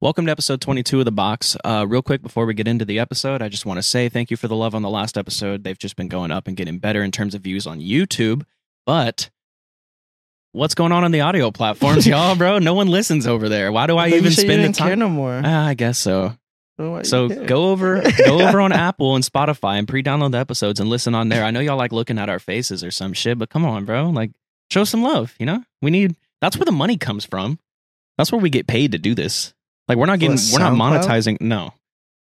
Welcome to episode 22 of The Box. Uh, real quick, before we get into the episode, I just want to say thank you for the love on the last episode. They've just been going up and getting better in terms of views on YouTube. But what's going on on the audio platforms, y'all, bro? No one listens over there. Why do I But you even said you spend the didn't care time? no more. Ah, I guess so. So, why you So care? go over, go over on Apple and Spotify and pre-download the episodes and listen on there. I know y'all like looking at our faces or some shit, but come on, bro, like show some love. You know, we need. That's where the money comes from. That's where we get paid to do this. Like we're not What, getting, we're not SoundCloud? monetizing. No,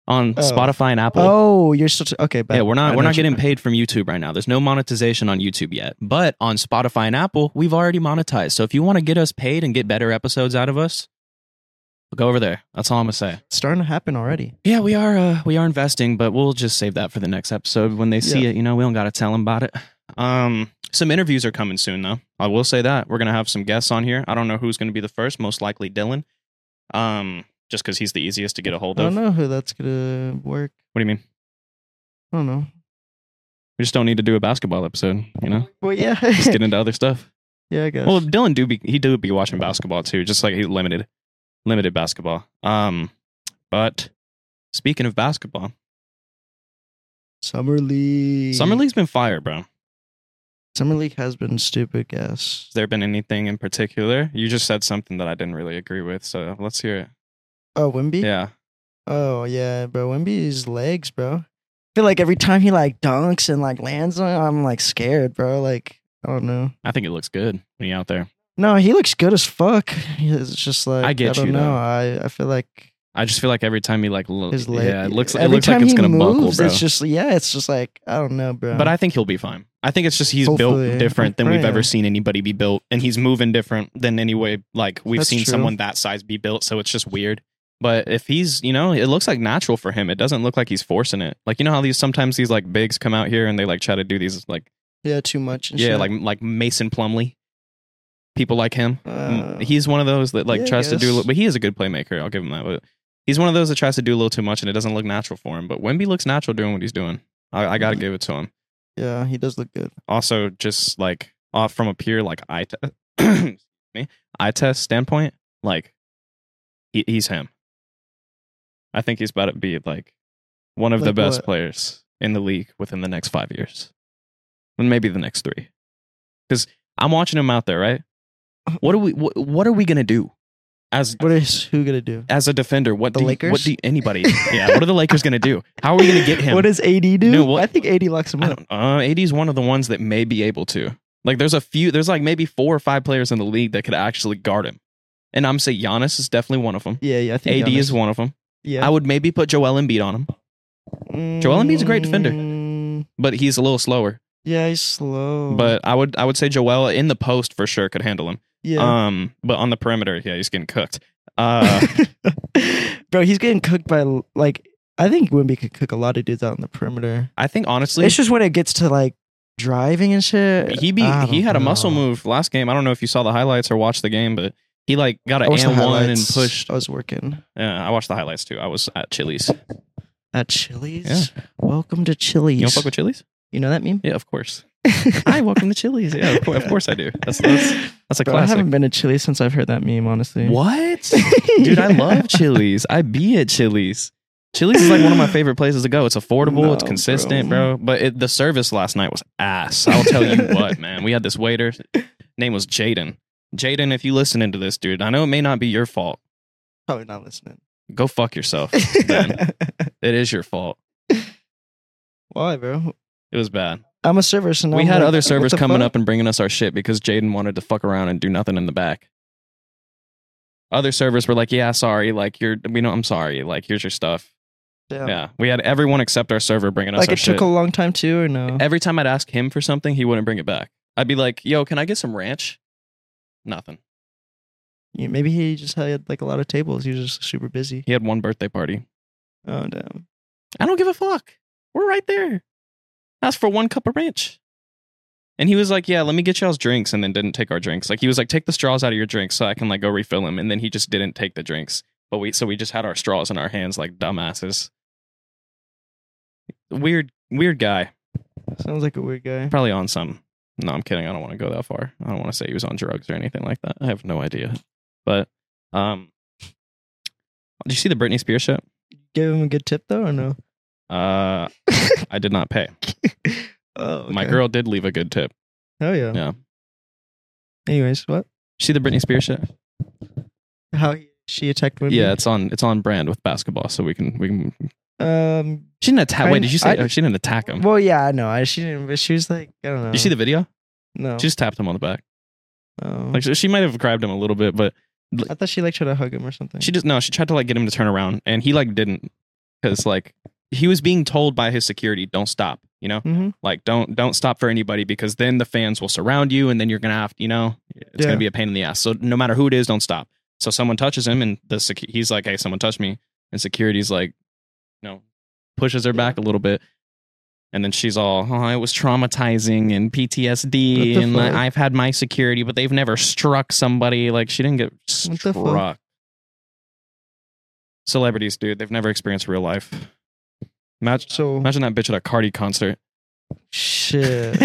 on Oh. Spotify and Apple. Oh, you're such okay. But yeah, we're not, I we're know not what you getting mean. paid from YouTube right now. There's no monetization on YouTube yet, but on Spotify and Apple, we've already monetized. So if you want to get us paid and get better episodes out of us, go over there. That's all I'm gonna say. It's starting to happen already. Yeah, we are uh, we are investing, but we'll just save that for the next episode when they see Yeah. it. You know, we don't got to tell them about it. Um, some interviews are coming soon, though. I will say that we're gonna have some guests on here. I don't know who's gonna be the first. Most likely Dylan. Um, just because he's the easiest to get a hold I of. don't know who that's gonna work. What do you mean? I don't know. We just don't need to do a basketball episode. You know, Well, yeah, just get into other stuff. yeah, I guess. Well, Dylan do be he do be watching basketball too, just like he limited limited basketball. Um, but speaking of basketball, summer league. summer league's been fire, bro. Summer league has been stupid. Guess. Has there been anything in particular? You just said something that I didn't really agree with, so let's hear it. Oh, Wimby. Yeah. Oh yeah, bro. Wimby's legs, bro. I feel like every time he like dunks and like lands on, it, I'm like scared, bro. Like I don't know. I think it looks good when you're out there. No, he looks good as fuck. It's just like I get don't you, though. know. I I feel like I just feel like every time he like lo- his leg. yeah, it looks it every looks like time it's he gonna buckle, moves, bro. It's just yeah, it's just like I don't know, bro. but I think he'll be fine. I think it's just he's Hopefully. built different than I'm we've ever praying. seen anybody be built, and he's moving different than any way like we've That's seen true. someone that size be built. So it's just weird. But if he's, you know, it looks like natural for him. It doesn't look like he's forcing it. Like you know how these sometimes these like bigs come out here and they like try to do these like yeah, too much. And yeah, shit. like like Mason Plumley, people like him. Uh, he's one of those that like yeah, I tries to do, a guess. little, but he is a good playmaker. I'll give him that. But he's one of those that tries to do a little too much, and it doesn't look natural for him. But Wemby looks natural doing what he's doing. I, I got to Mhm. give it to him. yeah, he does look good. Also, just like off from a pure like eye test, me eye test standpoint, like he, he's him. I think he's about to be like one of the Like best what? players in the league within the next five years, and maybe the next three. Because I'm watching him out there, right? What are we? What, what are we gonna do? As What is who gonna do? as a defender, what The do you- Lakers? what do you- anybody? yeah, what are the Lakers going to do? How are we going to get him? What does AD do? No, what- I think AD locks him I up. don't. Uh, AD's one of the ones that may be able to. Like, there's a few. There's like maybe four or five players in the league that could actually guard him. And I'm say Giannis is definitely one of them. Yeah, yeah, I think AD Giannis- is one of them. Yeah, I would maybe put Joel Embiid on him, Joel Embiid's a great defender. Mm, but he's a little slower. Yeah, he's slow. But I would I would say Joel in the post for sure could handle him. yeah, Um, but on the perimeter, yeah, he's getting cooked. Uh, bro, he's getting cooked by like I think Wimby could cook a lot of dudes out in the perimeter. I think honestly, It's just when it gets to like driving and shit. he be I he don't had a muscle know. move last game. I don't know if you saw the highlights or watched the game, but he like got I an watched the and one and highlights. pushed. I was working Yeah, I watched the highlights too. I was at Chili's. at Chili's. Welcome to Chili's. You don't fuck with Chili's? You know that meme? Yeah, of course. Hi, welcome to Chili's. Yeah, of, cour- of course I do. That's that's, that's a Bro, I classic. haven't been to Chili's since I've heard that meme. Honestly, What, dude? I love Chili's. I be at Chili's. Chili's is like one of my favorite places to go. It's affordable. it's No, consistent, bro. bro. But it, the service last night was ass. I'll tell you what, man. We had this waiter. Name was Jaden. Jaden, if you listening to this, dude, I know it may not be your fault. Probably not listening. Go fuck yourself. Then it is your fault. Why, bro? It was bad. I'm a server, so now we I'm had like, other what servers the coming fuck? up and bringing us our shit because Jaden wanted to fuck around and do nothing in the back. Other servers were like, "Yeah, sorry, like you're, we know, I'm sorry, like here's your stuff." Damn. Yeah, we had everyone except our server bringing us Like our it shit. took a long time too, or no? Every time I'd ask him for something, he wouldn't bring it back. I'd be like, "Yo, can I get some ranch?" Nothing. Yeah, Maybe he just had like a lot of tables. He was just super busy. He had one birthday party. Oh damn. I don't give a fuck. We're right there. Asked for one cup of ranch. And he was like, Yeah, let me get y'all's drinks. And then didn't take our drinks. Like, he was like, Take the straws out of your drinks so I can like go refill them. And then he just didn't take the drinks. But we, so we just had our straws in our hands like dumbasses. Weird, weird guy. Sounds like a weird guy. Probably on some. No, I'm kidding. I don't want to go that far. I don't want to say he was on drugs or anything like that. I have no idea. But, um, Did you see the Britney Spears shit? Give him a good tip though, or no? Uh, I did not pay. oh, My okay. girl did leave a good tip. Oh yeah. Yeah. Anyways, what? See the Britney Spears shit? How he, she attacked women? Yeah, it's on. It's on brand with basketball, so we can we can. Um. She didn't attack. I- Wait, did you say I- oh, she didn't attack him? Well, yeah, I know. I she didn't, but she was like, I don't know. Did you see the video? no? She just tapped him on the back. Oh. Like she- she might have grabbed him a little bit, but I thought she like tried to hug him or something. she just no. She tried to like get him to turn around, and he like didn't, because like he was being told by his security, "Don't stop," you know, hmm like don't don't stop for anybody because then the fans will surround you, and then you're gonna have you know it's Yeah. gonna be a pain in the ass. So no matter who it is, don't stop. So someone touches him, and the secu- he's like, "Hey, someone touched me," and security's like, "No," pushes her back a little bit. And then she's all, oh, it was traumatizing and What PTSD, the and like, fuck? I've had my security, but they've never struck somebody. Like she didn't get the struck. fuck? Celebrities, dude, they've never experienced real life. Imagine, So- imagine that bitch at a Cardi concert. Shit.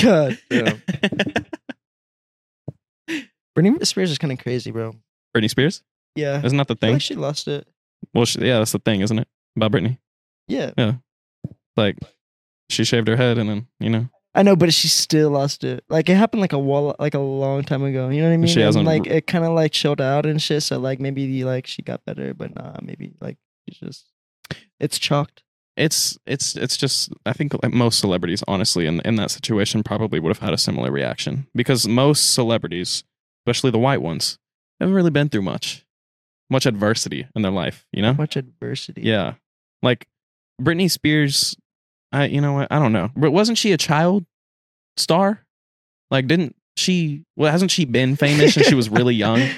God. Damn. Britney Spears is kind of crazy, bro. Britney Spears, Yeah. isn't that the I feel thing? like she lost it. Well, she, yeah, that's the thing, isn't it? About Britney, Yeah. like she shaved her head, and then you know I know, but she still lost it. Like it happened like a wall, like a long time ago. You know what I mean? She hasn't- And, like it kind of like chilled out and shit. So like maybe like she got better, but nah, maybe like she's just it's chalked. it's it's it's just I think like most celebrities, honestly, in in that situation, probably would have had a similar reaction because most celebrities, especially the white ones, haven't really been through much, much adversity in their life. You know, Much adversity. Mm-hmm. yeah, like Britney Spears. I you know what I don't know, but wasn't she a child star? Like, didn't she? Well, hasn't she been famous since she was really young?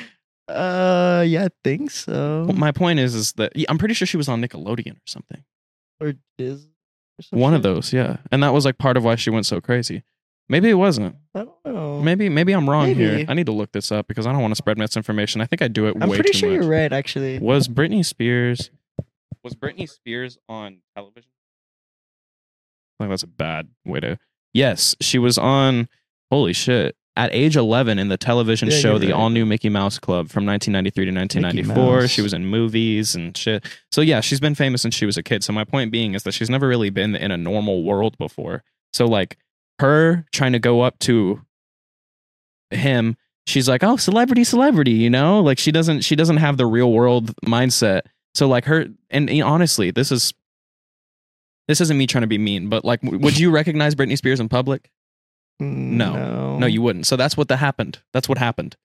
Uh, yeah, I think so. Well, my point is, is that yeah, I'm pretty sure she was on Nickelodeon or something. or Diz. Or some One of Oh, shit. those, yeah. And that was like part of why she went so crazy. Maybe it wasn't. I don't know. Maybe maybe I'm wrong here. Maybe. I need to look this up because I don't want to spread misinformation. I think I do it I'm way pretty too sure much. you're right, actually. Was Britney Spears was Britney Spears on television? I think that's a bad way to Yes, she was on holy shit. At age 11 in the television Yeah, show you're The right. All New Mickey Mouse Club from 1993 to 1994, Mouse. she was in movies and shit. So yeah, she's been famous since she was a kid. So my point being is that she's never really been in a normal world before. So like her trying to go up to him she's like oh celebrity celebrity you know like she doesn't she doesn't have the real world mindset so like her and, and honestly this is this isn't me trying to be mean but like w- would you recognize britney spears in public No. Mm, no, no you wouldn't so that's what that happened that's what happened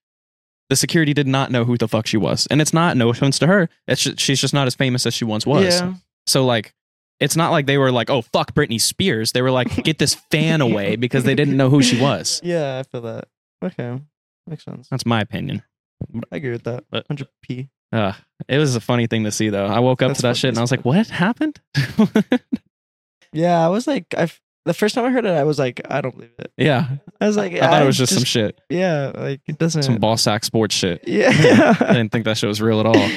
the security did not know who the fuck she was and it's not no offense to her it's just, she's just not as famous as she once was Yeah. so like it's not like they were like oh fuck britney spears they were like get this fan away because they didn't know who she was Yeah, I feel that. Okay, makes sense. that's my opinion I agree with that. But- 100 p. Uh, it was a funny thing to see, though. I woke up That's to that what shit and I was like, Facebook- "What happened?" Yeah, I was like, I f- the first time I heard it, I was like, I don't believe it. yeah, I was like, I thought it was just, some shit, yeah, like it doesn't. some ball sack sports shit. I yeah. didn't think that shit was real at all. Oh,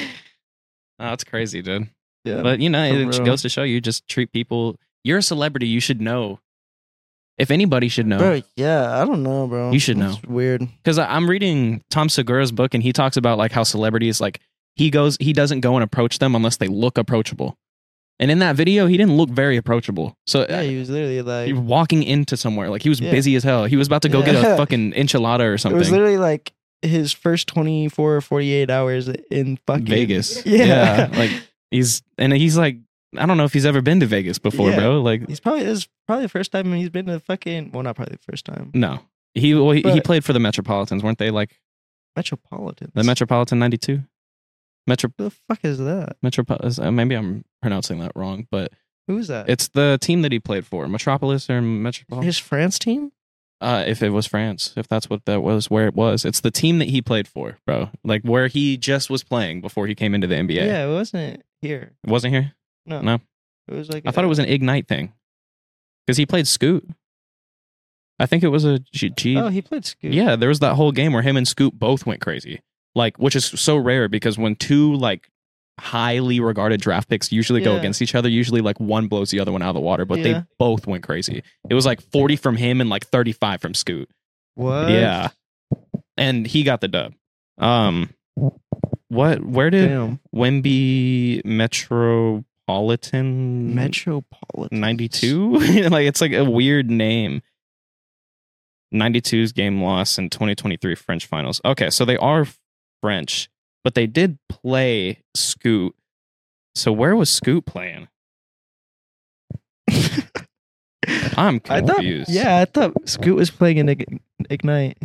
that's crazy, dude. yeah. But you know, for it just real. goes to show you just treat people. You're a celebrity. You should know. If anybody should know, Bro, yeah, I don't know, bro. You should That's Weird. because I'm reading Tom Segura's book and he talks about like how celebrities like he goes he doesn't go and approach them unless they look approachable. And in that video, he didn't look very approachable. So uh, Yeah, he was literally like, He was walking into somewhere. Like he was Yeah. busy as hell. He was about to go get a Yeah. fucking enchilada or it was something. literally like his first 24 or 48 hours in fucking Vegas. Yeah, Yeah, like- He's and he's like, I don't know if he's ever been to Vegas before, Yeah. bro. Like, he's probably this is probably the first time he's been to fucking. Well, not probably the first time. no, he well, he, he But- played for the Metropolitans, weren't they? Like Metropolitan. the Metropolitan '92. Metro Who the fuck is that? Metropolitan. Uh, maybe I'm pronouncing that wrong, but Who's that? it's the team that he played for, Metropolis or Metropolitan. his France team. Uh, if it was France, if that's what that was, where it was, it's the team that he played for, bro. Like where he just was playing before he came into the NBA. Yeah. it wasn't here. It wasn't here. No, No. it was like I thought it was an Ignite thing because he played Scoot. I think it was a G. G- Oh, he played Scoot. yeah, there was that whole game where him and Scoot both went crazy, like which is so rare because when two like highly regarded draft picks usually go Yeah. against each other, usually like one blows the other one out of the water, but Yeah. they both went crazy. It was like forty from him and like thirty five from Scoot. What? Yeah, and he got the dub. Um, What? Where did Damn. Wemby Metropolitan Metropolitan. 92? like it's like a weird name. 92's game loss in 2023 French finals. Okay, so they are French, but they did play Scoot. So where was Scoot playing? I'm I thought, confused. yeah, I thought Scoot was playing in Ign- Ignite.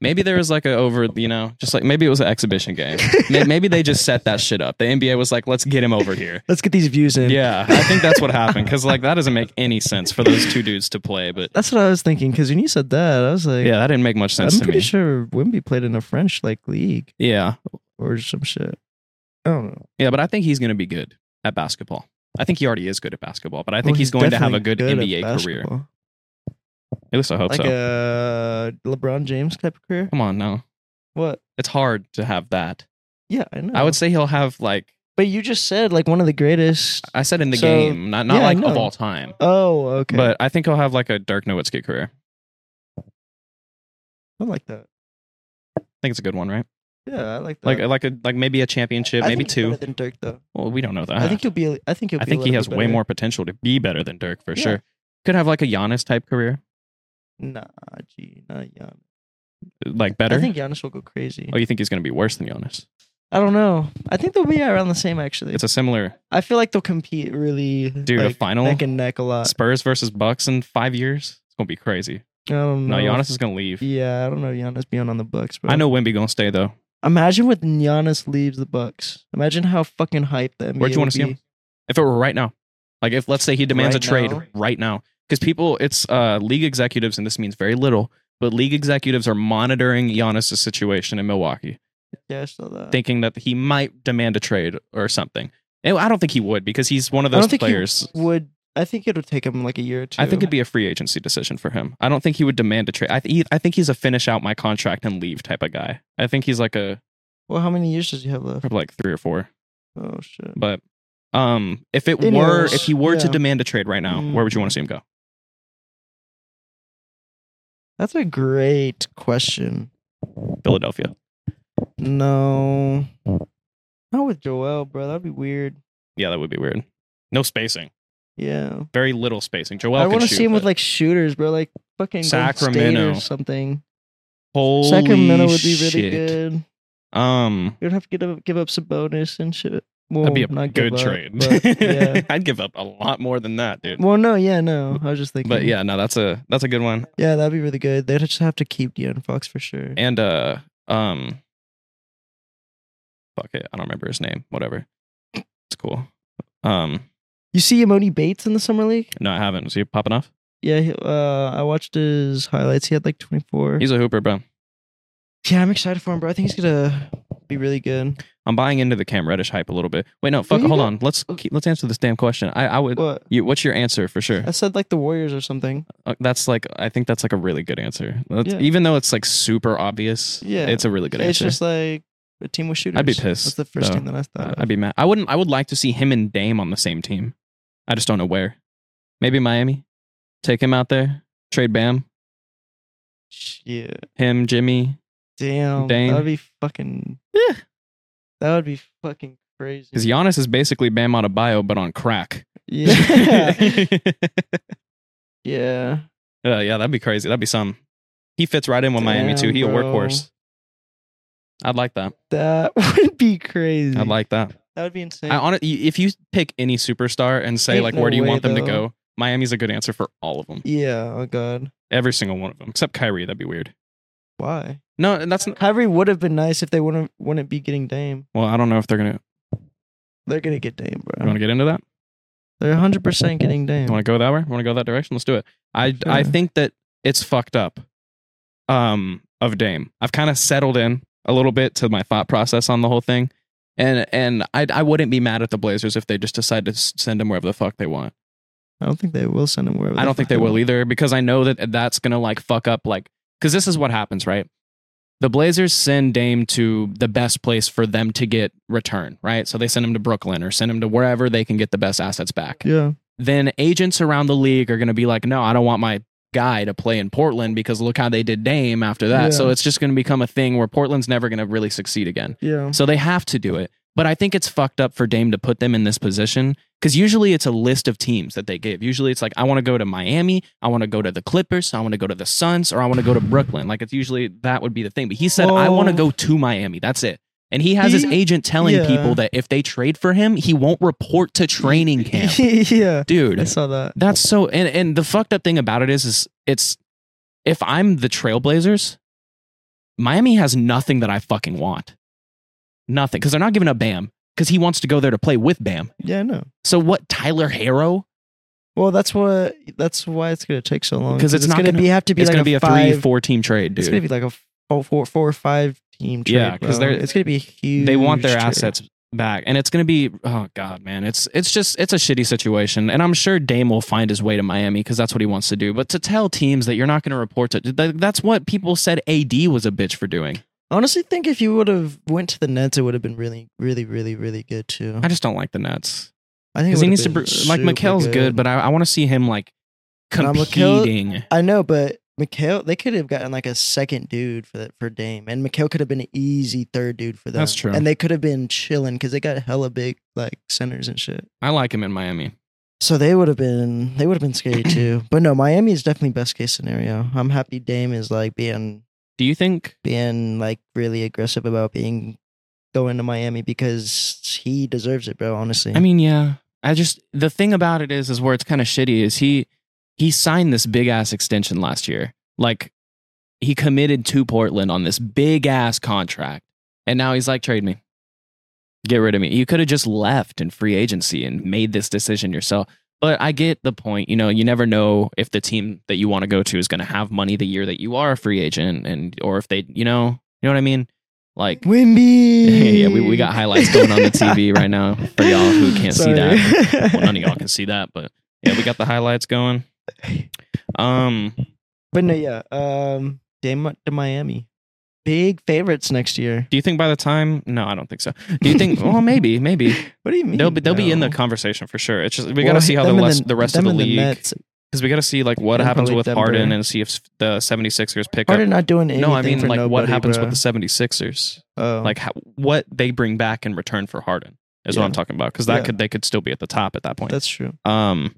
Maybe there was like a over, you know, just like maybe it was an exhibition game. May- Maybe they just set that shit up. The NBA was like, let's get him over here. Let's get these views in. Yeah, I think that's what happened because like that doesn't make any sense for those two dudes to play. But That's what I was thinking. Because when you said that, I was like, yeah, that didn't make much I'm sense to pretty me. sure Wimby played in a French like league Yeah, or some shit. I don't know. yeah, but I think he's gonna be good at basketball. I think he already is good at basketball, but I think Well, he's, going to have a definitely good, at NBA career. basketball. At least I hope like so. Um, a LeBron James type of career. Come on, no, What? it's hard to have that. Yeah, I know. I would say he'll have like but you just said like one of the greatest. I said in the So- game, not not yeah, I like of know. all time, Oh, okay. but I think he'll have like a Dirk Nowitzki career. I like that. I think it's a good one, right? Yeah, I like that. Like like a like maybe a championship, I maybe think he's two. Better than Dirk though. Well, we don't know that. I think he'll be. I think he'll. I be a think he little has bit way better. more potential to be better than Dirk for Yeah. sure. Could have like a Giannis type career, Nah, gee, not Giannis. like better. I think Giannis will go crazy. oh, you think he's going to be worse than Giannis? I don't know. I think they'll be around the same actually. It's a similar I feel like they'll compete really. dude. a like, final neck and neck a lot. Spurs versus Bucks in five years. It's going to be crazy. I don't No, know. Giannis is going to leave. Yeah, I don't know Giannis being on the Bucks, but I know Wimby going to stay though. Imagine when Giannis leaves the Bucks. Imagine how fucking hyped that. Where'd you want to see him? If it were right now, like if let's say he demands Right a trade now? right now, because people, it's uh, league executives, and this means very little, but league executives are monitoring Giannis's situation in Milwaukee. Yeah, I saw that. thinking that he might demand a trade or something. And I don't think he would because he's one of I those don't think he players. would. I think it'll take him like a year or two. I think it'd be a free agency decision for him. I don't think he would demand a trade. I, th- I think he's a finish out my contract and leave type of guy. I think he's like a Well, how many years does he have left? probably like three or four. Oh shit. But um, if it were Anyways, if he were to yeah. demand a trade right now, Mm. where would you want to see him go? That's a great question. Philadelphia. No. Not with Joel, bro. That'd be weird. Yeah, that would be weird. No spacing. Yeah. Very little spacing. Joel. I want to see him with like shooters, bro. Like fucking Golden State Sacramento. or something. Holy Sacramento would be really shit. good. Um, You'd have to give up, give up some bonus and shit. Well, that'd be a not give good up, trade. but, yeah. I'd give up a lot more than that, dude. Well, no, yeah, no. I was just thinking. But yeah, no, that's a that's a good one. Yeah, that'd be really good. They'd just have to keep De'Aaron Fox for sure. And uh um fuck it, I don't remember his name. Whatever. It's cool. Um You see Imoni Bates in the summer league? no, I haven't. Is he popping off? Yeah, he, uh, I watched his highlights. He had like 24. He's a hooper, bro. yeah, I'm excited for him, bro. I think he's gonna be really good. I'm buying into the Cam Reddish hype a little bit. Wait, no, fuck. you Oh. Hold got- on. Let's keep, let's answer this damn question. I I would. What? You, what's your answer for sure? I said like the Warriors or something. Uh, That's like I think that's like a really good answer. That's, Yeah. Even though it's like super obvious, Yeah. it's a really good it's answer. just uh, like a team with shooters. I'd be That's pissed. the first though. thing that I thought. I'd be mad. I wouldn't. I would like to see him and Dame on the same team. I just don't know where. Maybe Miami. Take him out there. Trade Bam. yeah. Him, Jimmy. Damn. Dame. That would be fucking. Yeah. That would be fucking crazy. Because Giannis is basically Bam Adebayo, but on crack. yeah. uh, yeah. yeah, that'd be crazy. That'd be some. He fits right in with Miami too. Damn, He a bro. workhorse. I'd like that. That would be crazy. I'd like that. That would be insane. I honestly, if you pick any superstar and say Ain't like, no where do you way, want them to though. go? Miami's a good answer for all of them. yeah. Oh god. Every single one of them, except Kyrie. That'd be weird. Why? No, and that's n- Kyrie would have been nice if they wouldn't wouldn't be getting Dame. well. I don't know if they're gonna. They're gonna get Dame, You want bro. to get into that? They're hundred percent getting Dame. You want to go that way? Want to go that direction? Let's do it. I I Sure. think that it's fucked up. Um, of Dame, I've kind of settled in a little bit to my thought process on the whole thing, and and I I wouldn't be mad at the Blazers if they just decide to s- send him wherever the fuck they want. I don't think they will send him wherever. I don't think they fucking will want. either because I know that that's gonna like fuck up like because this is what happens right. The Blazers send Dame to the best place for them to get return, right? So they send him to Brooklyn or send him to wherever they can get the best assets back. Yeah. then agents around the league are going to be like, no, I don't want my guy to play in Portland because look how they did Dame after that. Yeah. So it's just going to become a thing where Portland's never going to really succeed again. Yeah. So they have to do it. But I think it's fucked up for Dame to put them in this position because usually it's a list of teams that they give. Usually it's like, I want to go to Miami, I want to go to the Clippers, I want to go to the Suns, or I want to go to Brooklyn. Like it's usually that would be the thing. But he said, I Oh. want to go to Miami. That's it. And he has his He- agent telling yeah. people that if they trade for him, he won't report to training camp. yeah. Dude, I saw that. that's so and and the fucked up thing about it is is it's if I'm the Trailblazers, Miami has nothing that I fucking want. Nothing. Because they're not giving up Bam. Because he wants to go there to play with Bam. Yeah, I know. So what Tyler Harrow? Well, that's what. That's why it's gonna take so long. 'Cause it's not gonna, gonna- be have to be it's like gonna be a five, three, four team trade, It's gonna dude. be like a four, four, four or five team. Trade, Yeah, 'cause bro. they're- it's gonna be huge. They want their trade. assets back. And it's gonna be oh god, man. It's it's just it's a shitty situation. And I'm sure Dame will find his way to Miami because that's what he wants to do. But to tell teams that you're not gonna report to that- that's what people said AD was a bitch for doing. I honestly think if you would have went to the Nets, it would have been really, really, really, really good too. I just don't like the Nets. I think Because it he would've needs to been br- like super Mikel's good. but I, I want to see him like Nah, Mikal- competing. I know, but Mikhail, they could have gotten like a second dude for that for Dame, and Mikhail could have been an easy third dude for them. That's true. And they could have been chilling because they got hella big like centers and shit. I like him in Miami. So they would have been they would have been scary too. But no, Miami is definitely best case scenario. I'm happy Dame is like being Do you think? being like really aggressive about being going to Miami because he deserves it, bro. Honestly, I mean, yeah. I just the thing about it is, is where it's kind of shitty is he he signed this big ass extension last year. Like he committed to Portland on this big ass contract, and now he's like, trade me, get rid of me. You could have just left in free agency and made this decision yourself. But I get the point. You know, you never know if the team that you want to go to is going to have money the year that you are a free agent, and or if they, you know, you know what I mean. Like, Wimby. yeah, we, we Mm. got highlights going on the TV right now for y'all who can't see that that. well, none of y'all can see that, but yeah, we got the highlights going. Um, But no, yeah. Um, Dame to Miami. Big favorites next year. do you think by the time? No, I don't think so. Do you think? well, maybe, maybe What do you mean? they'll be, they'll be in the No. conversation for sure. It's just we Well, got to see how the them and rest, the rest of them the and league Nets. because we got to see like what and happens probably with Denver. Harden and see if the 76ers pick Harden up. not doing anything. No, I mean for like what nobody, happens bro. with the 76ers, Oh. like how, what they bring back in return for Harden is what Yeah. I'm talking about because that Yeah. could they could still be at the top at that point. That's true. Um,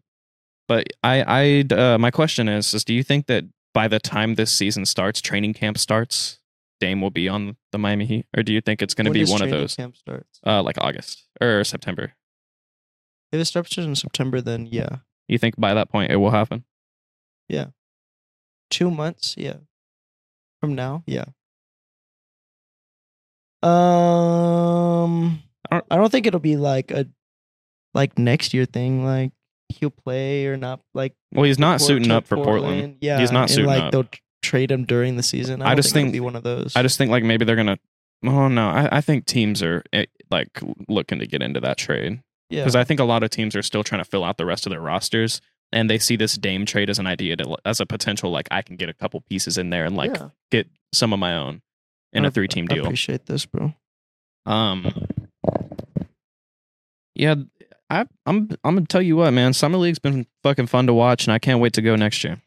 but I, I, uh, my question is, is do you think that by the time this season starts, training camp starts, Dame will be on the Miami Heat, or do you think it's going to When be does one of training those, Camp starts? uh, like August or September? If it starts in September, then yeah, You think by that point it will happen? two months. Yeah, from now. Yeah. Um, I don't- I don't think it'll be like a like next year thing. Like he'll play or not. Like. Well, he's not Port- suiting to up for Portland. Yeah, He's not and suiting like up. they'll tr- trade him during the season. I, I don't just think, think- it'll be one of those. I just think like maybe they're gonna. Oh no, I, I think teams are eh, like looking to get into that trade yeah, because I think a lot of teams are still trying to fill out the rest of their rosters. And they see this Dame trade as an idea, to, as a potential, like I can get a couple pieces in there and like yeah. get some of my own in I- a three team I deal. appreciate this, bro. Um, yeah, I, I'm I'm gonna tell you what, man. Summer league's been fucking fun to watch, and I can't wait to go next year.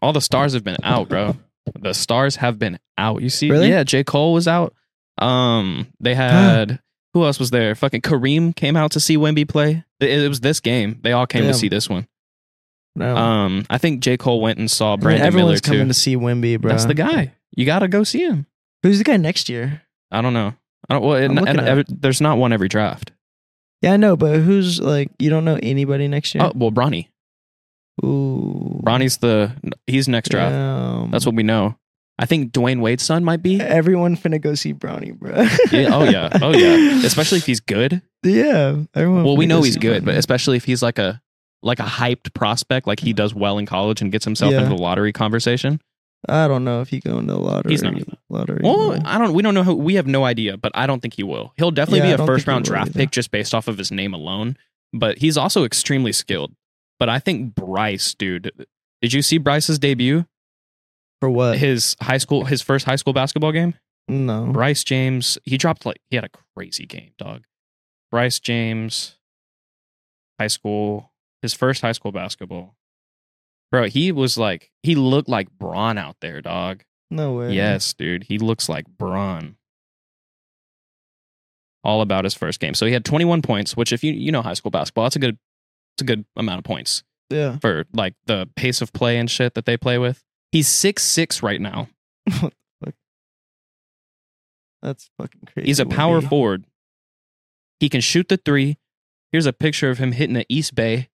All the stars have been out, bro. The stars have been out. You see, Really? yeah, J Cole was out. Um, they had who else was there? Fucking Kareem came out to see Wemby play. It, it was this game. They all came Damn. to see this one. No, Um, I think J Cole went and saw I mean, Brandon everyone's Miller coming too. to see Wimby, bro. That's the guy. You gotta go see him. Who's the guy next year? I don't know. I don't. Well, and, looking and at every, there's not one every draft. Yeah, I know, but who's like you don't know anybody next year? Oh well, Bronny. Oh. Ooh, Bronny's the he's next draft. Damn. That's what we know. I think Dwayne Wade's son might be. everyone finna go see Brownie, bro. Yeah, oh yeah, oh yeah. Especially if he's good. yeah, everyone. Well, we finna know go he's see good, but Bronny. especially if he's like a like a hyped prospect, like he does well in college and gets himself Yeah. into the lottery conversation. I don't know if he go into the lottery. He's not. lottery. Well, no. I don't. We don't know. Who, we have no idea, but I don't think he will. He'll definitely Yeah, I be a don't first think he round will draft either. pick just based off of his name alone. But he's also extremely skilled. But I think Bryce, dude. Did you see Bryce's debut? for what? His high school, his first high school basketball game. no, Bryce James, he dropped like he had a crazy game, dog. Bryce James, high school, his first high school basketball. Bro, he was like, he looked like Braun out there, dog. No way. Yes, dude. He looks like Braun. All about his first game. So he had 21 points, which if you you know high school basketball, that's a good it's a good amount of points Yeah. for like the pace of play and shit that they play with. He's six six right now. That's fucking crazy. He's a Wimby. power forward. He can shoot the three. Here's a picture of him hitting the East Bay.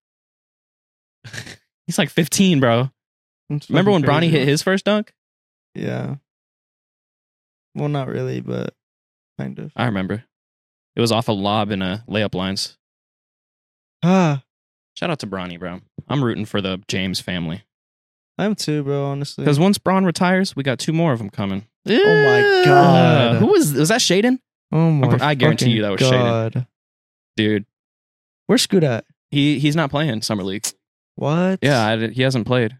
He's like 15, bro. That's Remember when fucking Bronny crazy. hit his first dunk? Yeah. Well, not really, but kind of. I remember. It was off a lob in a layup lines. Ah, Shout out to Bronny, bro. I'm rooting for the James family. I'm too, bro. Honestly. Because once Braun retires, we got two more of them coming. Oh my Yeah. God. Who was was that Shaden? Oh my! I guarantee fucking you that was shaded. God. Dude, Where's Scoot at? he he's not playing summer league. What? Yeah, I, he hasn't played.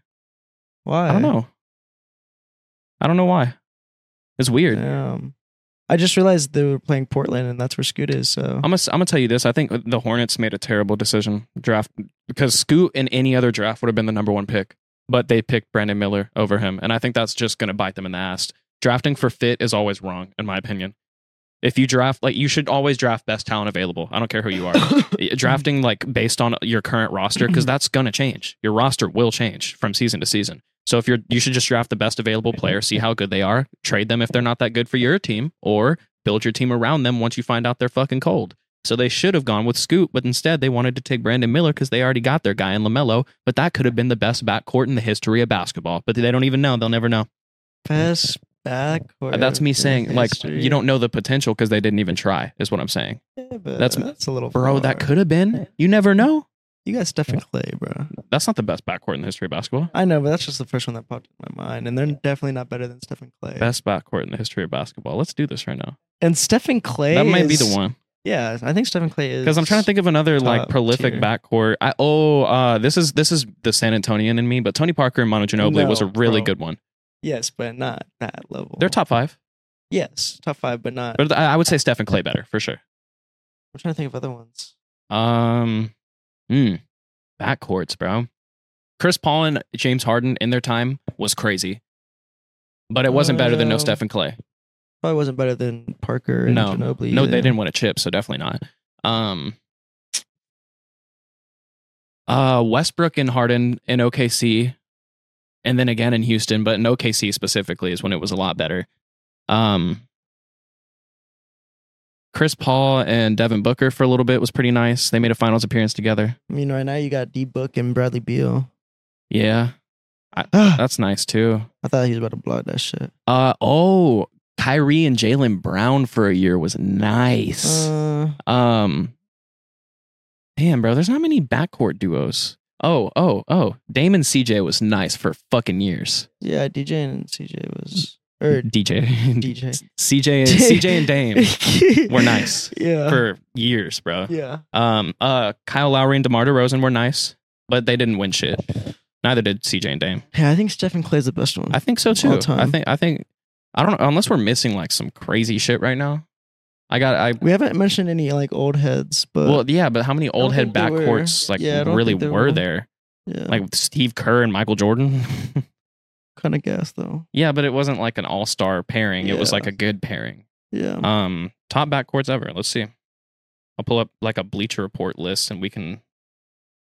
Why? I don't know. I don't know why. It's weird. Damn. I just realized they were playing Portland, and that's where Scoot is. So I'm gonna I'm gonna tell you this. I think the Hornets made a terrible decision draft because Scoot in any other draft would have been the number one pick, but they picked Brandon Miller over him, and I think that's just gonna bite them in the ass. Drafting for fit is always wrong, in my opinion. If you draft like you should always draft best talent available. I don't care who you are. drafting like based on your current roster because that's gonna change. Your roster will change from season to season. So if you're you should just draft the best available player, see how good they are, trade them if they're not that good for your team, or build your team around them once you find out they're fucking cold. So they should have gone with Scoot, but instead they wanted to take Brandon Miller because they already got their guy in LaMelo, but that could have been the best backcourt in the history of basketball. But they don't even know. They'll never know. best back. Uh, That's me saying, like, you don't know the potential because they didn't even try, is what I'm saying. that's that's- that's a little Bro, that far. could have been. You never know. you got Stephen Clay, bro. That's not the best backcourt in the history of basketball. I know, but that's just the first one that popped in my mind, and they're definitely not better than Stephen Clay. Best backcourt in the history of basketball. Let's do this right now. and Stephen Clay, That might be is- the one. Yeah, I think Stephen Clay is Because I'm trying to think of another like top prolific tier. backcourt. I oh uh this is this is the San Antonian in me, but Tony Parker and Mono Ginobili was a No, really bro. good one. Yes, but not that level. They're top five, Yes, top five, but not. but I I would say Steph and Clay better for sure. I'm trying to think of other ones. Um, mm, backcourts, bro. Chris Paul and James Harden in their time was crazy, but it wasn't better than no Um, Steph and Clay. Probably wasn't better than Parker and No, Ginobili. no, either. they didn't win a chip, so definitely not. Um, uh, Westbrook and Harden in OKC, and then again in Houston, but in OKC specifically is when it was a lot better. Um, Chris Paul and Devin Booker for a little bit was pretty nice. They made a finals appearance together. I mean, right now you got D Book and Bradley Beal. Yeah, I that's nice too. thought he was about to blow out that shit. Uh oh, Kyrie and Jalen Brown for a year was nice. Uh, Um, damn, bro, there's not many backcourt duos. Oh, oh, oh. Damon CJ was nice for fucking years. yeah, DJ and CJ was or DJ, DJ. CJ, and, CJ and Dame were nice Yeah. for years, bro. yeah. Um, uh, Kyle Lowry and Demar Derozan were nice, but they didn't win shit. Neither did CJ and Dame. Yeah, I think Stephen Clay's the best one. I think so All too. time. I think I think I don't know unless we're missing like some crazy shit right now. I got I we haven't mentioned any like old heads, but well yeah, but how many old don't head think they were. backcourts like Yeah, I don't really think they were, were. there? yeah, like Steve Kerr and Michael Jordan. kind of guess though. yeah, but it wasn't like an all-star pairing. It was Yeah. like a good pairing. Yeah. Um, top backcourts ever. Let's see. I'll pull up like a Bleacher Report list, and we can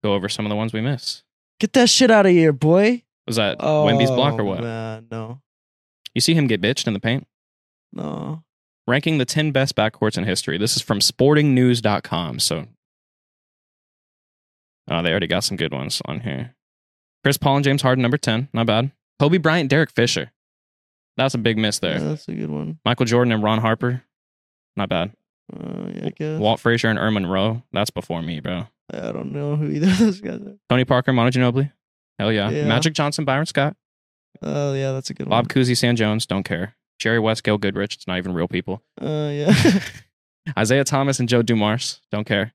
go over some of the ones we miss. Get that shit out of here, boy. Oh, Was that Wemby's block or what? Man, no. You see him get bitched in the paint. No. Ranking the 10 best backcourts in history. This is from sportingnews.com. So, oh, they already got some good ones on here. Chris Paul and James Harden, number 10. Not bad. Kobe Bryant, Derek Fisher. That's a big miss there. Yeah, that's a good one. Michael Jordan and Ron Harper. Not bad. Uh, yeah, I guess. Walt Frazier and Erman Rowe. That's before me, bro. I don't know who either of those guys are. Tony Parker, Mono Ginobili. Hell yeah. Yeah. Magic Johnson, Byron Scott. Oh yeah, that's a good Bob Cousy, Sam Jones. Don't care. Jerry West, Gail Goodrich. It's not even real people. one. Uh, yeah. Isaiah Thomas and Joe Dumars. Don't care.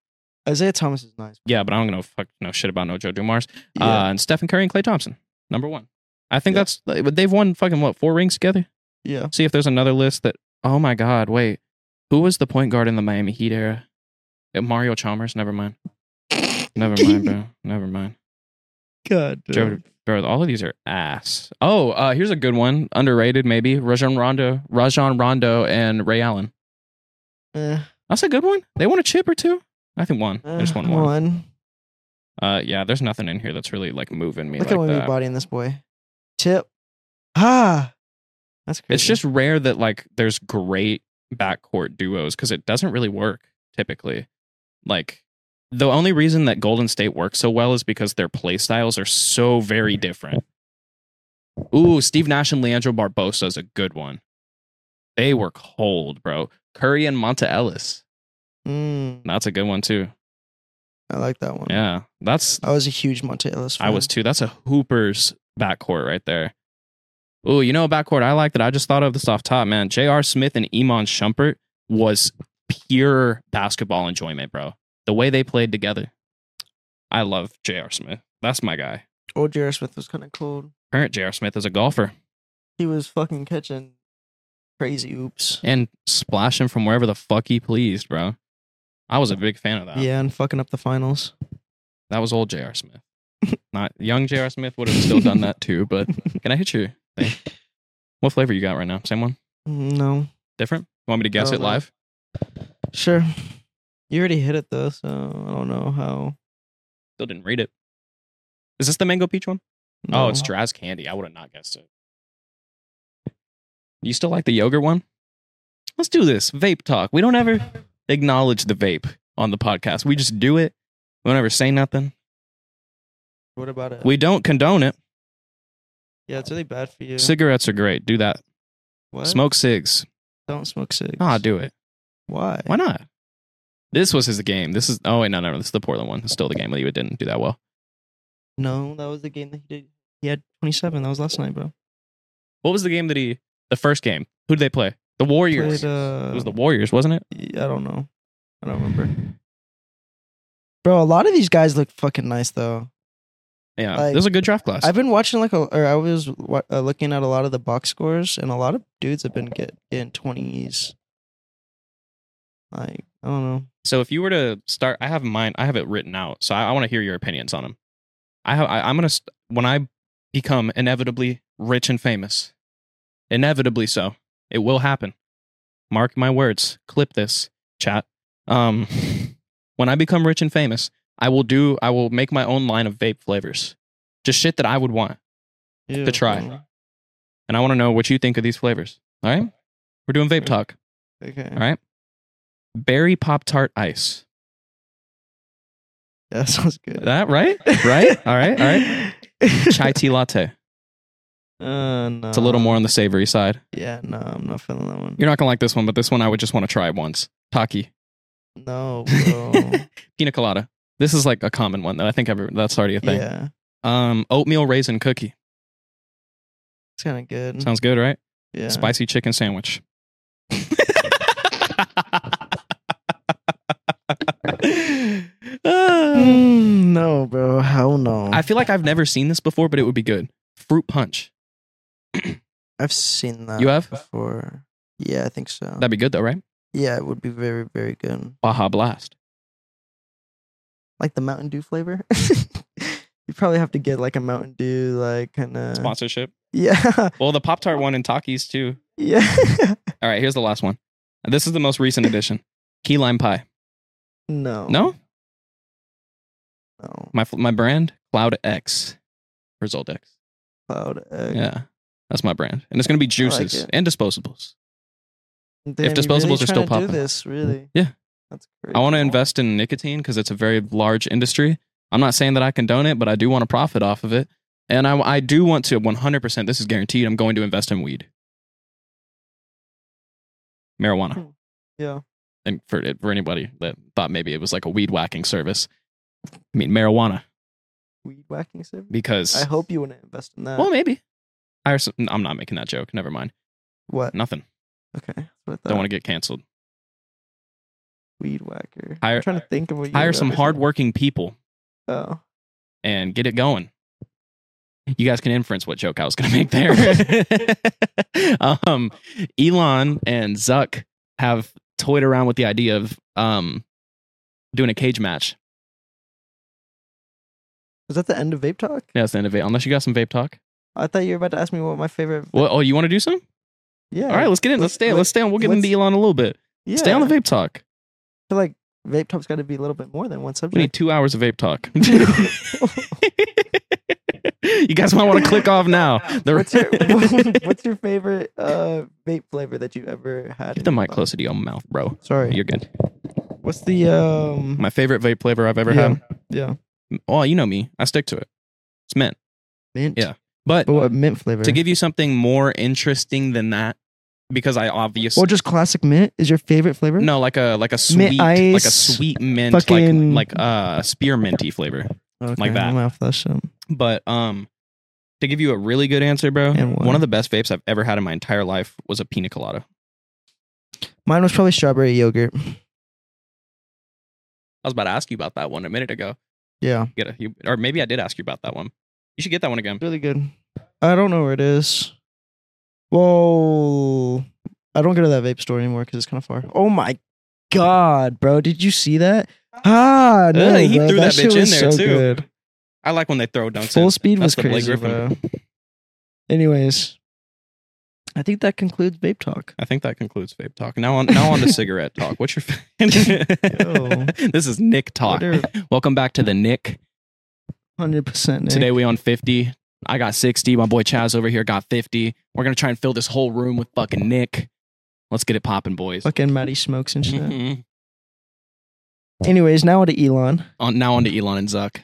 Isaiah Thomas is nice. Yeah, but I don't gonna fuck no shit about no Joe Dumars. Uh, and Stephen Curry and Clay Thompson. Number one. I think Yeah. that's but they've won fucking what four rings together. yeah. See if there's another list that. Oh my God! Wait, who was the point guard in the Miami Heat era? Uh, Mario Chalmers. Never mind. Never mind, bro. Never mind. God, Joe, dude. bro, all of these are ass. Oh, uh, here's a good one, underrated maybe. Rajon Rondo, Rajon Rondo, and Ray Allen. Eh, That's a good one. They won a chip or two. I think one. I just eh, won come one. on. Uh, yeah, there's nothing in here that's really like moving me Look at like when that. we body in this boy. Tip. Ah, that's crazy. It's just rare that like there's great backcourt duos because it doesn't really work typically. Like the only reason that Golden State works so well is because their play styles are so very different. Ooh, Steve Nash and Leandro Barbosa is a good one. They were cold, bro. Curry and Monta Ellis. Mm, That's a good one too. I like that one. Yeah. That's I was a huge Monte Ellis fan. I was too. That's a Hooper's backcourt right there. Ooh, you know a backcourt I like that I just thought of this off top, man. J.R. Smith and Iman Shumpert was pure basketball enjoyment, bro. The way they played together. I love J.R. Smith. That's my guy. Old J.R. Smith was kind of cold. Current J.R. Smith is a golfer He was fucking catching crazy oops. and splashing from wherever the fuck he pleased, bro. I was a big fan of that. Yeah, and fucking up the finals. That was old J.R. Smith. Not young J.R. Smith would have still done that too, but can I hit you? Thing? What flavor you got right now? Same one? No, Different? You want me to guess don't it know. live? sure. You already hit it though, so I don't know how. Still didn't read it. Is this the mango peach one? No. Oh, it's Draz candy. I would have not guessed it. You still like the yogurt one? Let's do this vape talk. We don't ever acknowledge the vape on the podcast. We just do it. We don't ever say nothing. What about it? We don't condone it. yeah, it's really bad for you. Cigarettes are great. Do that. What? Smoke cigs. Don't smoke cigs. Ah, do it. Why? Why not? This was his game. This is oh wait no no this is the Portland one. It's still the game that you didn't do that well. No, that was the game that he did. He had 27. That was last night, bro. What was the game that he the first game? Who did they play? The Warriors. Played, uh, it was the Warriors, wasn't it? I don't know. I don't remember. Bro, a lot of these guys look fucking nice though. Yeah, Like, this is a good draft class. I've been watching like a, or I was wa- uh, looking at a lot of the box scores, and a lot of dudes have been get in twenties. Like I don't know. so if you were to start, I have mine. I have it written out. So I, I want to hear your opinions on them. I have. I, I'm gonna st- when I become inevitably rich and famous, inevitably so. It will happen. Mark my words. Clip this chat. Um, when I become rich and famous, I will do. I will make my own line of vape flavors, just shit that I would want. Ew. try. And I want to know what you think of these flavors. All right, we're doing vape talk. Okay. All right. Berry Pop Tart Ice. That sounds good. That right? Right? All right. All right. Chai tea latte. Uh, no. It's a little more on the savory side. Yeah, no, I'm not feeling that one. You're not gonna like this one, but this one I would just want to try once. Taki. No, bro. Pina colada. This is like a common one that I think every that's already a thing. yeah, Mm-hmm. Um, oatmeal raisin cookie. it's kind of good. Sounds good, right? yeah. Spicy chicken sandwich. Ah. Mm, no, bro. Hell no. I feel like I've never seen this before, but it would be good. Fruit punch. I've seen that. You have? before. Yeah, I think so. That'd be good though, right? yeah, it would be very, very good. Baja Blast. Like the Mountain Dew flavor. you probably have to get like a Mountain Dew, like kind of. Sponsorship. Yeah, Well, the Pop Tart one and Takis too. yeah. All right, here's the last one. This is the most recent addition. Key lime pie. no, No, no. my my brand Cloud X, or Zoldex. Cloud egg. Yeah, that's my brand, and it's gonna be juices it. and disposables. Damn, you disposables really are still trying to popping. do this really. Yeah. that's crazy. I want to invest in nicotine because it's a very large industry. I'm not saying that I condone it, but I do want to profit off of it, and I I do want to 100%. This is guaranteed. I'm going to invest in weed, marijuana. Hmm. Yeah, and for it, for anybody that thought maybe it was like a weed whacking service, I mean marijuana weed whacking service. because I hope you wouldn't invest in that. well maybe I was- I'm not making that joke. Never mind. what? Nothing. Okay, that's what I thought. Don't want to get canceled. weed whacker. Hire- I'm trying to think of what you Hire would some represent. hardworking people Oh, and get it going. You guys can inference what joke I was going to make there. um, Elon and Zuck have toyed around with the idea of um, doing a cage match. Was that the end of vape talk? Yeah, that's the end of it. Unless you got some vape talk. I thought you were about to ask me what my favorite. What, oh, you want to do some? Yeah. All right, let's get in. Let's stay. Let- Let's stay on. We'll get let's- into Elon a little bit. Yeah. Stay on the vape talk. I feel like vape talk's got to be a little bit more than one We need subject. two hours of vape talk. you guys might want to click off now. The- What's your, what's your favorite uh, vape flavor that you've ever had? Get in the your mic life? closer to your mouth, bro. Sorry. You're good. What's the um? My favorite vape flavor I've ever yeah, had. Yeah. Oh, you know me. I stick to it. It's mint. Mint. Yeah. But But what mint flavor? to give you something more interesting than that, because I obviously or just classic mint is your favorite flavor? no like a like a Mint sweet like a ice, sweet mint fucking- like like uh spearminty flavor. okay, like that. I'm gonna flush them. But um, to give you a really good answer, bro, And what? one of the best vapes I've ever had in my entire life was a pina colada. Mine was probably strawberry yogurt. I was about to ask you about that one a minute ago. Yeah. Get a, you, or maybe I did ask you about that one. You should get that one again. Really good. I don't know where it is. Whoa. I don't go to that vape store anymore because it's kind of far. Oh my god, bro! Did you see that? Ah, no, Ugh, he bro, threw that, shit bitch in was there so too. good. I like when they throw dunks. Full in. speed That's was the Blake crazy, Griffin. bro. Anyways, I think that concludes vape talk. I think that concludes vape talk. Now on now on to cigarette talk. What's your Yo. This is Nick talk. Welcome back to the Nick. Hundred percent. Today we on 50. I got 60. My boy Chaz over here got 50. We're going to try and fill this whole room with fucking Nick. Let's get it popping, boys. fucking Maddie smokes and shit. Mhm. Anyways, now to Elon. on, now on to Mm-hmm. Elon and Zuck.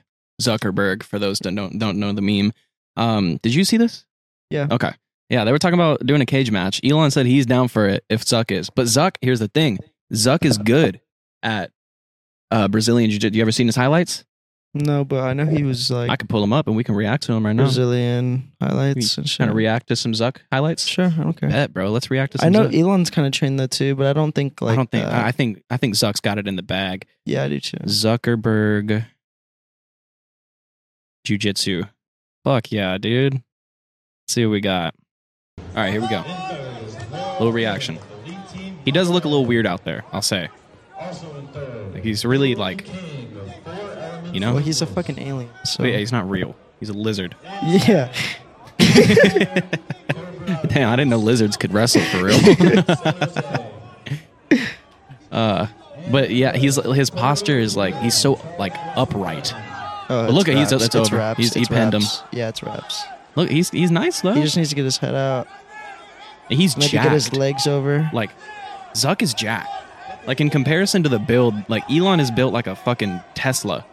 Zuckerberg, for those that don't, don't know the meme. Um, did you see this? Yeah. Okay. Yeah, they were talking about doing a cage match. Elon said he's down for it if Zuck is. But Zuck, here's the thing Zuck is good at uh, Brazilian Jiu Jitsu. You ever seen his highlights? No, but I know he was like I could pull him up and we can react to him right now. Brazilian highlights and shit. Trying to react to some Zuck highlights? sure, I don't care. Bet, bro. Let's react to some I know Zuck. Elon's kind of trained that too, but I don't think like I don't think. uh, I I think. I think Zuck's got it in the bag. yeah, I do too. Zuckerberg, jujitsu. Fuck yeah, dude. Let's see what we got. All right, here we go. Little reaction. He does look a little weird out there. I'll say. Like he's really like, you Well, know, he's a fucking alien. So yeah, he's not real. He's a lizard. yeah, Damn, I didn't know lizards could wrestle for real. uh, but yeah, he's his posture is like he's so like upright. Oh, look, it's he's- raps. it's it's over. Raps. He's- he it's pinned him. raps. Yeah, it's raps. Look, he's he's nice though. He just needs to get his head out. he's Maybe jacked. get his legs over. like Zuck is jacked. Like in comparison to the build, like Elon is built like a fucking Tesla.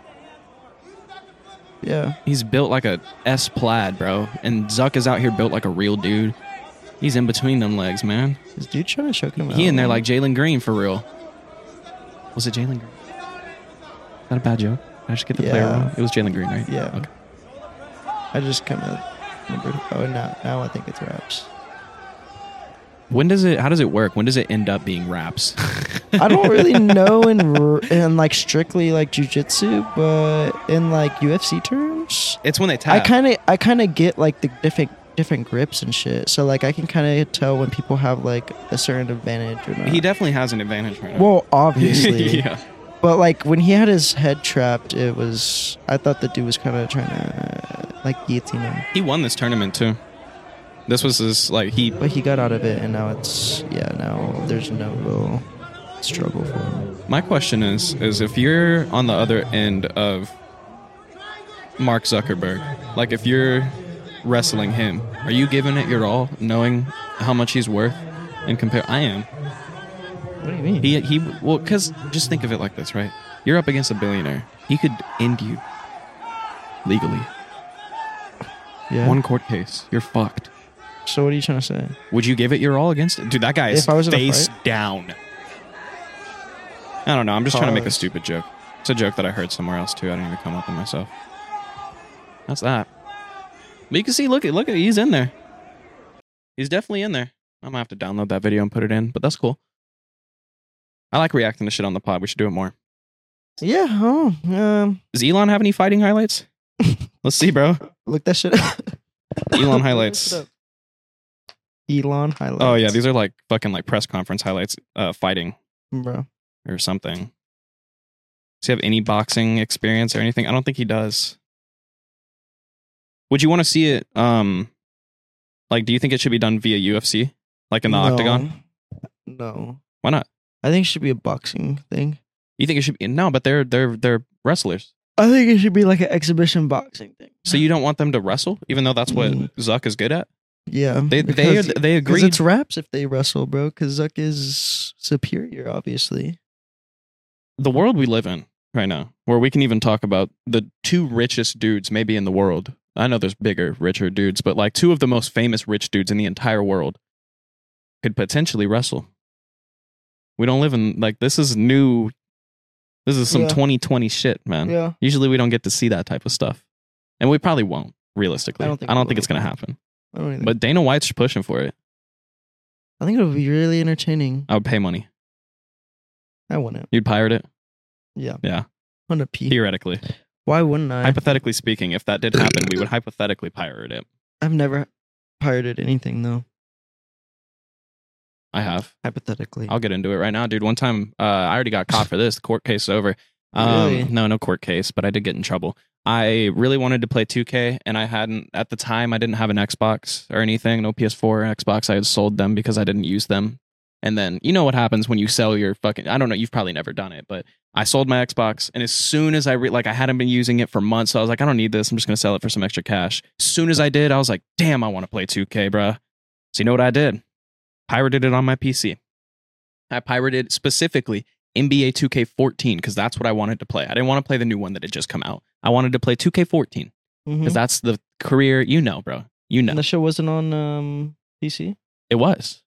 Yeah, He's built like a S plaid, bro. And Zuck is out here built like a real dude. He's in between them legs, man. is dude trying to choke him out? He in there like Jalen Green for real. Was it Jalen Green? Not a bad joke. Did I just get the player Yeah. wrong. It was Jalen Green, right? Yeah. Okay. I just kind of remembered. Oh, now now I think it's raps. When does it? How does it work? When does it end up being raps? I don't really know in r- in like strictly like jujitsu, but in like UFC terms, it's when they I tap. kind of I kind of get like the different different grips and shit. So like I can kind of tell when people have like a certain advantage or not. he definitely has an advantage right now. well, obviously. yeah. But like when he had his head trapped, it was I thought the dude was kind of trying to like guillotine him, He won this tournament too. This was his like he but he got out of it, and now it's yeah now there's no real struggle for him. My question is is if you're on the other end of Mark Zuckerberg, like if you're wrestling him, are you giving it your all knowing how much he's worth and compare I am. What do you mean? He he well cuz just think of it like this, right? You're up against a billionaire. He could end you legally. yeah. One court case. You're fucked. so what are you trying to say? Would you give it your all against it? Dude, that guy is If I was in a face down. I don't know. I'm just trying to make a Pause. stupid joke. It's a joke that I heard somewhere else too. I didn't even come up with myself. That's that. But you can see, look at, look at, he's in there. He's definitely in there. I'm gonna have to download that video and put it in, but that's cool. I like reacting to shit on the pod. We should do it more. Yeah. Oh. Um. Does Elon have any fighting highlights? Let's see, bro. Look that shit up. Elon highlights. Look it up. Elon highlights. Oh yeah, these are like fucking like press conference highlights, uh, fighting. bro. or something. Does he have any boxing experience or anything? I don't think he does. Would you want to see it? Um, like, do you think it should be done via UFC, like in the octagon? No, Why not? I think it should be a boxing thing. You think it should be no? But they're they're they're wrestlers, I think it should be like an exhibition boxing thing. so you don't want them to wrestle, even though that's what Mm. Zuck is good at. yeah, They they because- they 'cause agreed. it's raps if they wrestle, bro. Because Zuck is superior, obviously. the world we live in right now, where we can even talk about the two richest dudes maybe in the world. I know there's bigger, richer dudes, but like two of the most famous rich dudes in the entire world could potentially wrestle. We don't live in like this is new. This is some Yeah. 2020 shit, man. Yeah, Usually we don't get to see that type of stuff. And we probably won't, realistically. I don't think, we it's will. going to happen. I don't really But Dana White's pushing for it. I think it would be really entertaining. I would pay money. I wouldn't. You'd pirate it? Yeah. Yeah. On a P. Theoretically. Why wouldn't I? Hypothetically speaking, if that did happen, we would hypothetically pirate it. I've never pirated anything though. I have. Hypothetically, I'll get into it right now, dude. One time, uh, I already got caught for this. The court case is over. Um, Really? No, no court case, but I did get in trouble. I really wanted to play 2K, and I hadn't at the time. I didn't have an Xbox or anything, no PS4 or Xbox. I had sold them because I didn't use them. And then you know what happens when you sell your fucking. I don't know. You've probably never done it, but I sold my Xbox, and as soon as I re- like, I hadn't been using it for months, so I was like, I don't need this. I'm just gonna sell it for some extra cash. As soon as I did, I was like, damn, I want to play 2K, bruh. So you know what I did? Pirated it on my PC. I pirated specifically NBA 2K14 because that's what I wanted to play. I didn't want to play the new one that had just come out. I wanted to play 2K14 Mhm. because that's the career you know, bro. You know, And the show wasn't on um, PC. it was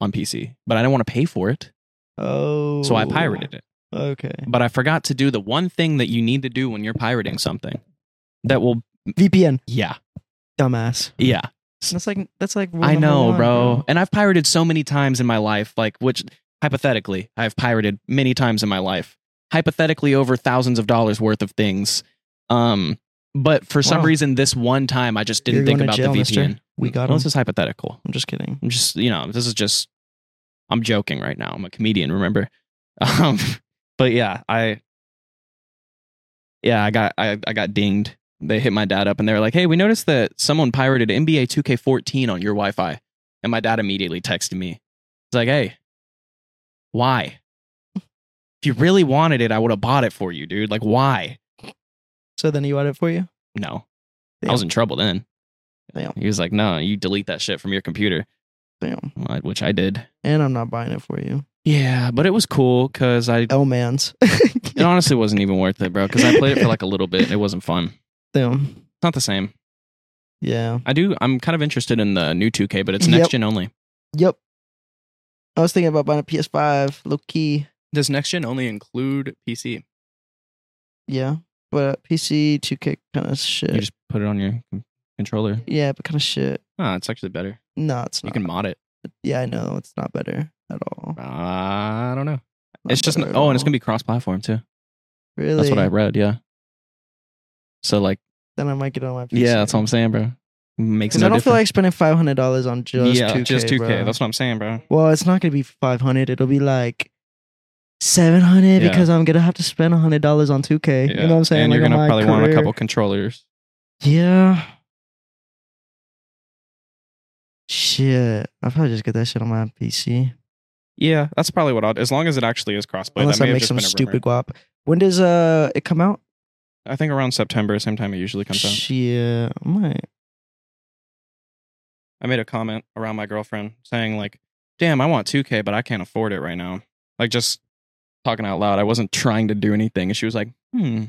on PC, but I didn't want to pay for it, Oh, so I pirated it. Okay, But I forgot to do the one thing that you need to do when you're pirating something that will, VPN, yeah, dumbass. yeah. That's like that's like. rule I number know, one, bro. And I've pirated so many times in my life, like which hypothetically, I've pirated many times in my life. Hypothetically over thousands of dollars worth of things. Um but for some Wow. reason this one time I just didn't You're think going to about jail, the VPN. mister. We got well, him. this is hypothetical. I'm just kidding. I'm just, you know, this is just I'm joking right now. I'm a comedian, remember? Um but yeah, I yeah, I got I, I got dinged. They hit my dad up and they were like, "Hey, we noticed that someone pirated NBA 2K14 on your Wi-Fi." And my dad immediately texted me. He's like, "Hey, why? If you really wanted it, I would have bought it for you, dude. Like, why?" So then he bought it for you. No. I Damn. was in trouble then. Damn. He was like, "No, you delete that shit from your computer," Damn. which I did. And I'm not buying it for you. Yeah, but it was cool because I L man's. It honestly wasn't even worth it, bro, because I played it for like a little bit. It wasn't fun. It's Damn. not the same. Yeah. I do. I'm kind of interested in the new 2K, but it's Yep. next gen only. Yep. I was thinking about buying a PS5, low key. Does next gen only include PC? Yeah. But PC 2K kind of shit. You just put it on your com- controller. yeah, but kind of shit. Ah, it's actually better. No, it's You not. can mod it. yeah, I know. It's not better at all. Uh, I don't know. Not It's just better at oh, and it's all. gonna be cross platform too. really. That's what I read. Yeah. So like, Then I might get it on my PC. yeah, that's what I'm saying, bro. Makes Because no I don't difference. feel like spending five hundred dollars on just yeah, 2K, just 2K. bro. That's what I'm saying, bro. well, it's not gonna be five hundred. It'll be like seven hundred Yeah. because I'm gonna have to spend hundred dollars on 2K. Yeah. You know what I'm saying? And like you're on gonna my probably want a career. couple controllers. Yeah. Shit, I probably just get that shit on my PC. Yeah, that's probably what I'll. As long as it actually is crossplay, Unless that I may have make just some been a rumor. stupid guap. When does uh it come out? I think around September, same time it usually comes out. Shit, I might. I made a comment around my girlfriend saying like, "Damn, I want 2K, but I can't afford it right now." Like just talking out loud. I wasn't trying to do anything, and she was like, "Hmm,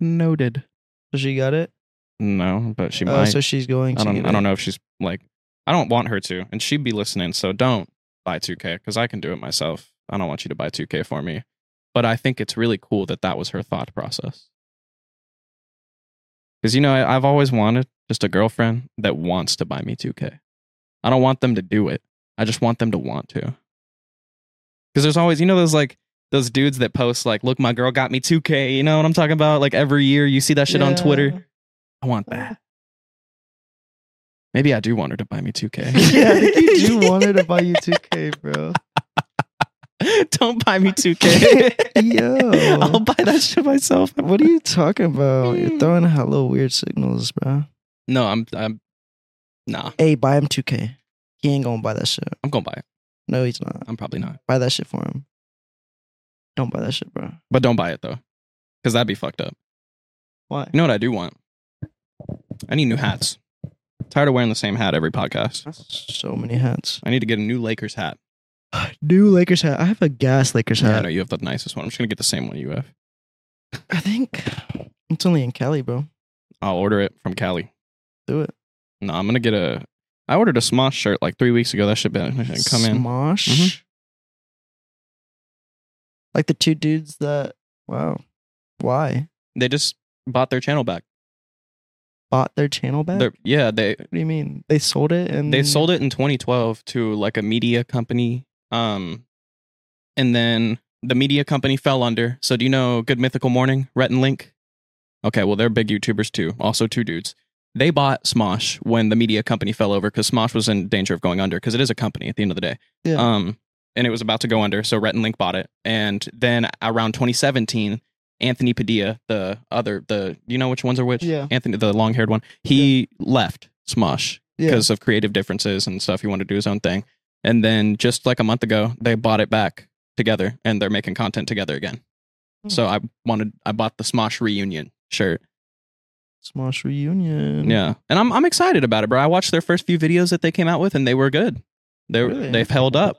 noted." So she got it. No, but she Oh, might. so she's going. I to don't. get I don't it. know if she's like. I don't want her to, and she'd be listening. So don't buy 2K because I can do it myself. I don't want you to buy 2K for me. But I think it's really cool that that was her thought process. Because you know, I, I've always wanted just a girlfriend that wants to buy me 2K. I don't want them to do it. I just want them to want to. Because there's always, you know, those like those dudes that post like, "Look, my girl got me 2K." You know what I'm talking about? Like every year, you see that shit on Twitter. I want that. Maybe I do want her to buy me 2K. yeah, I think you do want her to buy you 2K, bro. Don't buy me 2K. Yo. I'll buy that shit myself. What are you talking about? You're Hmm. throwing hella weird signals, bro. No, I'm I'm nah. Hey, buy him 2K. He ain't gonna buy that shit. I'm gonna buy it. No, he's not. I'm probably not. Buy that shit for him. Don't buy that shit, bro. But don't buy it though. Because that'd be fucked up. Why? You know what I do want? I need new hats. Tired of wearing the same hat every podcast. So many hats. I need to get a new Lakers hat. New Lakers hat. I have a gas Lakers Yeah, I hat. know you have the nicest one. I'm just gonna get the same one you have. I think it's only in Cali, bro. I'll order it from Cali. Do it. No, I'm gonna get a. I ordered a Smosh shirt like three weeks ago. That should be come in. Smosh. Mhm. Like the two dudes that. Wow. Why? They just bought their channel back. Bought their channel back? They're, yeah, they what do you mean? They sold it and. they sold it in 2012 to like a media company. Um, and then the media company fell under. So do you know Good Mythical Morning, Rhett and Link? Okay, well they're big YouTubers too. Also two dudes. They bought Smosh when the media company fell over because Smosh was in danger of going under because it is a company at the end of the day. Yeah. Um, and it was about to go under, so Rhett and Link bought it. And then around 2017, Anthony Padilla, the other, the you know which ones are which? Yeah. Anthony, the long haired one, he left Smosh Yeah. because of creative differences and stuff. He wanted to do his own thing. And then just like a month ago, they bought it back together and they're making content together again. Hmm. So I wanted, I bought the Smosh reunion shirt. Smosh reunion. Yeah. And I'm, I'm excited about it, bro. I watched their first few videos that they came out with and they were good. They, Really? They've held up.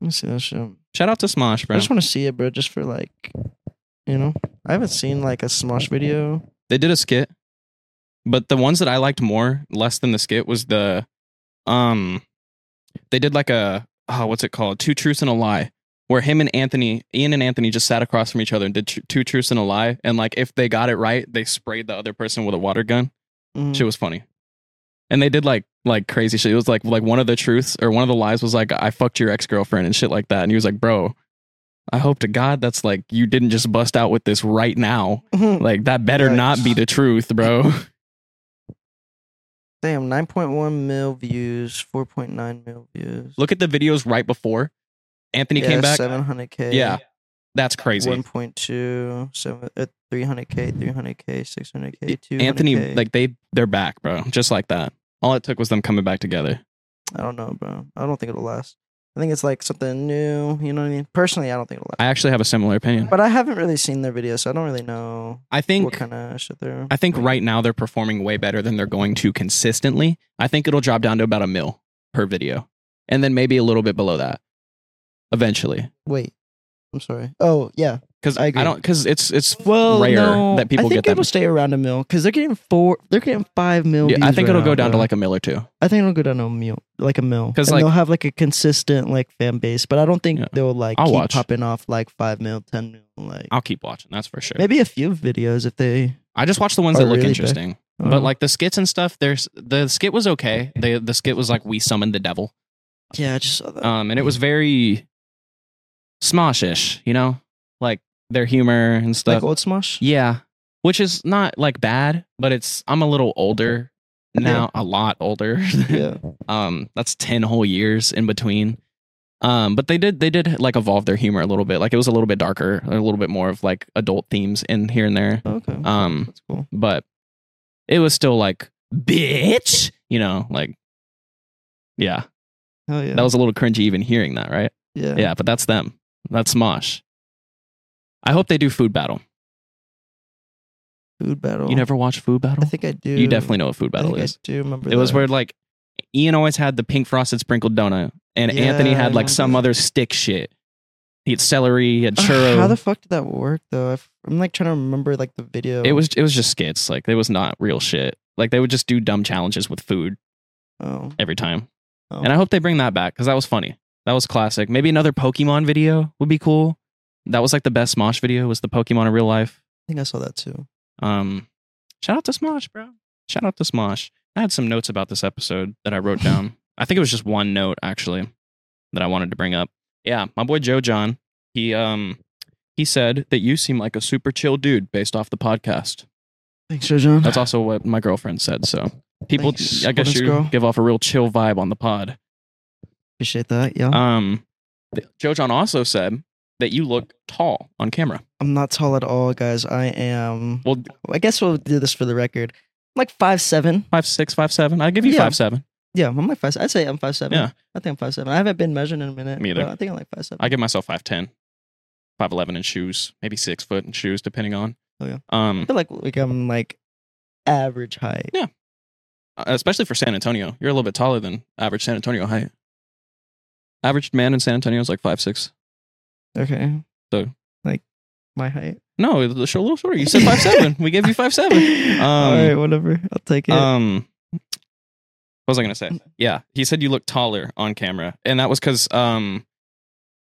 Let me see that shit. Shout out to Smosh, I bro. just want to see it, bro. Just for like, you know, I haven't seen like a Smosh video. They did a skit, but the ones that I liked more, less than the skit, was the, um, they did like a oh, what's it called? Two truths and a lie, where him and Anthony, Ian and Anthony, just sat across from each other and did tr- two truths and a lie, and like if they got it right, they sprayed the other person with a water gun. Mm. Shit was funny, and they did like like crazy shit. It was like like one of the truths or one of the lies was like I fucked your ex girlfriend and shit like that, and he was like, bro. I hope to God that's like you didn't just bust out with this right now. Like that better Yikes. not be the truth, bro. Damn, 9.1 mil views, 4.9 mil views. Look at the videos right before Anthony yeah, came back. 700K. Yeah, that's crazy. 1.2, seven- uh, 300K, 300K, 600K, 200K. Anthony, like they they're back, bro. Just like that. All it took was them coming back together. I don't know, bro. I don't think it'll last. I think it's like something new. You know what I mean? Personally, I don't think it'll I last. actually have a similar opinion. but I haven't really seen their videos, so I don't really know I think what kind of shit they're. I think right now they're performing way better than they're going to consistently. I think it'll drop down to about a mil per video, and then maybe a little bit below that eventually. Wait, I'm sorry. Oh yeah. Because I I, agree. don't. Because it's it's Well, rare no, that people I think get it'll that. stay around a mil because they're getting four. They're getting five mil. Yeah, I views think right it'll go now, down to bro. like a mil or two. I think it'll go down to a mil, like a mil, 'Cause, and like- they'll have like a consistent like fan base. But I don't think Yeah. they'll like I'll keep watch. popping off like five mil, ten mil, like I'll keep watching. That's for sure. maybe a few videos if they. uh, I just watch the ones Are that look really big. Uh-huh. interesting. I But don't- like the skits and stuff, there's the skit was okay. The the skit was like we summoned the devil, yeah, I just saw that. um, and it was very smoshish, you know, like their humor and like stuff. old Smosh. yeah, which is not like bad, but it's I'm a little older now, a lot older. Yeah, um, that's ten whole years in between. Um, but they did they did like evolve their humor a little bit. Like it was a little bit darker, a little bit more of like adult themes in here and there. okay, Um, that's cool. but it was still like bitch you know like yeah, Hell yeah, that was a little cringy even hearing that right yeah. yeah but that's them that's mosh i hope they do food battle Food battle. you never watch food battle I think I do. you definitely know what food I battle think I is do remember. it was that. where like ian always had the pink frosted sprinkled donut and Yeah, anthony I had like some remember. other stick shit he had celery he had Ugh, churro How the fuck did that work though? I f- I'm like trying to remember like the video. it was it was just skits like it was not real shit like they would just do dumb challenges with food Oh, every time oh. And I hope they bring that back because that was funny. That was classic. Maybe another Pokemon video would be cool. That was like the best Smosh video was the Pokemon in real life. think I saw that too. Um, shout out to Smosh, bro. Shout out to Smosh. I had some notes about this episode that I wrote down. I think it was just one note actually that I wanted to bring up. Yeah, my boy Joe John. He um he said that you seem like a super chill dude based off the podcast. Thanks, John. That's also what my girlfriend said. So people, Thanks, I guess Golden you Scroll. give off a real chill vibe on the pod. Appreciate that, y'all. Um, th- Joe John also said that you look tall on camera. I'm not tall at all, guys. I am. Well, I guess we'll do this for the record. like five seven. Five six, five seven. I'll give you Yeah. five seven. Yeah, I'm like five. I'd say I'm five seven. Yeah. I think I'm five seven. I haven't been measured in a minute. Me but either. I think I'm like five seven. I give myself five ten, five eleven in shoes, maybe six foot in shoes, depending on. Oh, yeah. Um, I feel like like I'm like average height. especially for San Antonio, you're a little bit taller than average San Antonio height. Average man in San Antonio is like five six. Okay. So- like my height. No, the show a little shorter. You said five seven. We gave you five seven. All right, whatever. I'll take it. Um, what was I gonna say? Yeah, he said you look taller on camera, and that was because um,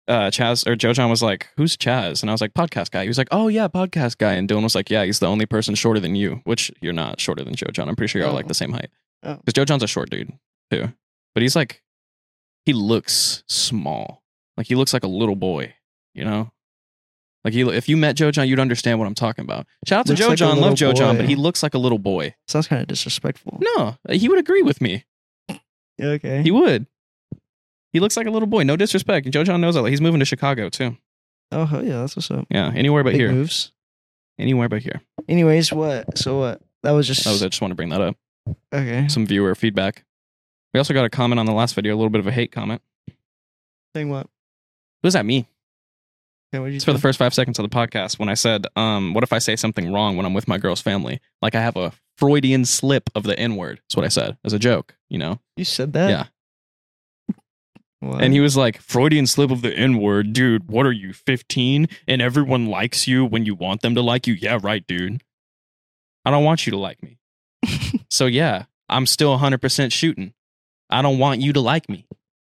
uh, Chaz or Jojon was like, "Who's Chaz?" And I was like, "Podcast guy." He was like, "Oh yeah, podcast guy." And Dylan was like, "Yeah, he's the only person shorter than you, which you're not shorter than Jojon. I'm pretty sure you're all like Oh. the same height Oh. because Jojon's a short dude too, but he's like, he looks small, like he looks like a little boy, you know." Like he, if you met Jojon, you'd understand what I'm talking about. Shout out to Looks like a Jojon, love little Jojon, boy. but he looks like a little boy. Sounds kind of disrespectful. No, he would agree with me. Okay. He would. He looks like a little boy. No disrespect. And Jojon knows that. Like, he's moving to Chicago too. oh hell yeah, that's what's up. Yeah, anywhere but Big here. moves. Anywhere but here. Anyways, what? So what? That was just That was. I just want to bring that up. okay. Some viewer feedback. We also got a comment on the last video. A little bit of a hate comment. Saying It what? was at me. Okay, what you It's for do? the first five seconds of the podcast when I said, um, "What if I say something wrong when I'm with my girl's family? Like I have a Freudian slip of the N word." That's what I said as a joke. You know. you said that. Yeah. What? And he was like, Freudian slip of the N word, dude, what are you, 15? And everyone likes you when you want them to like you? Yeah, right, dude. I don't want you to like me. so, yeah, I'm still 100% shooting. I don't want you to like me.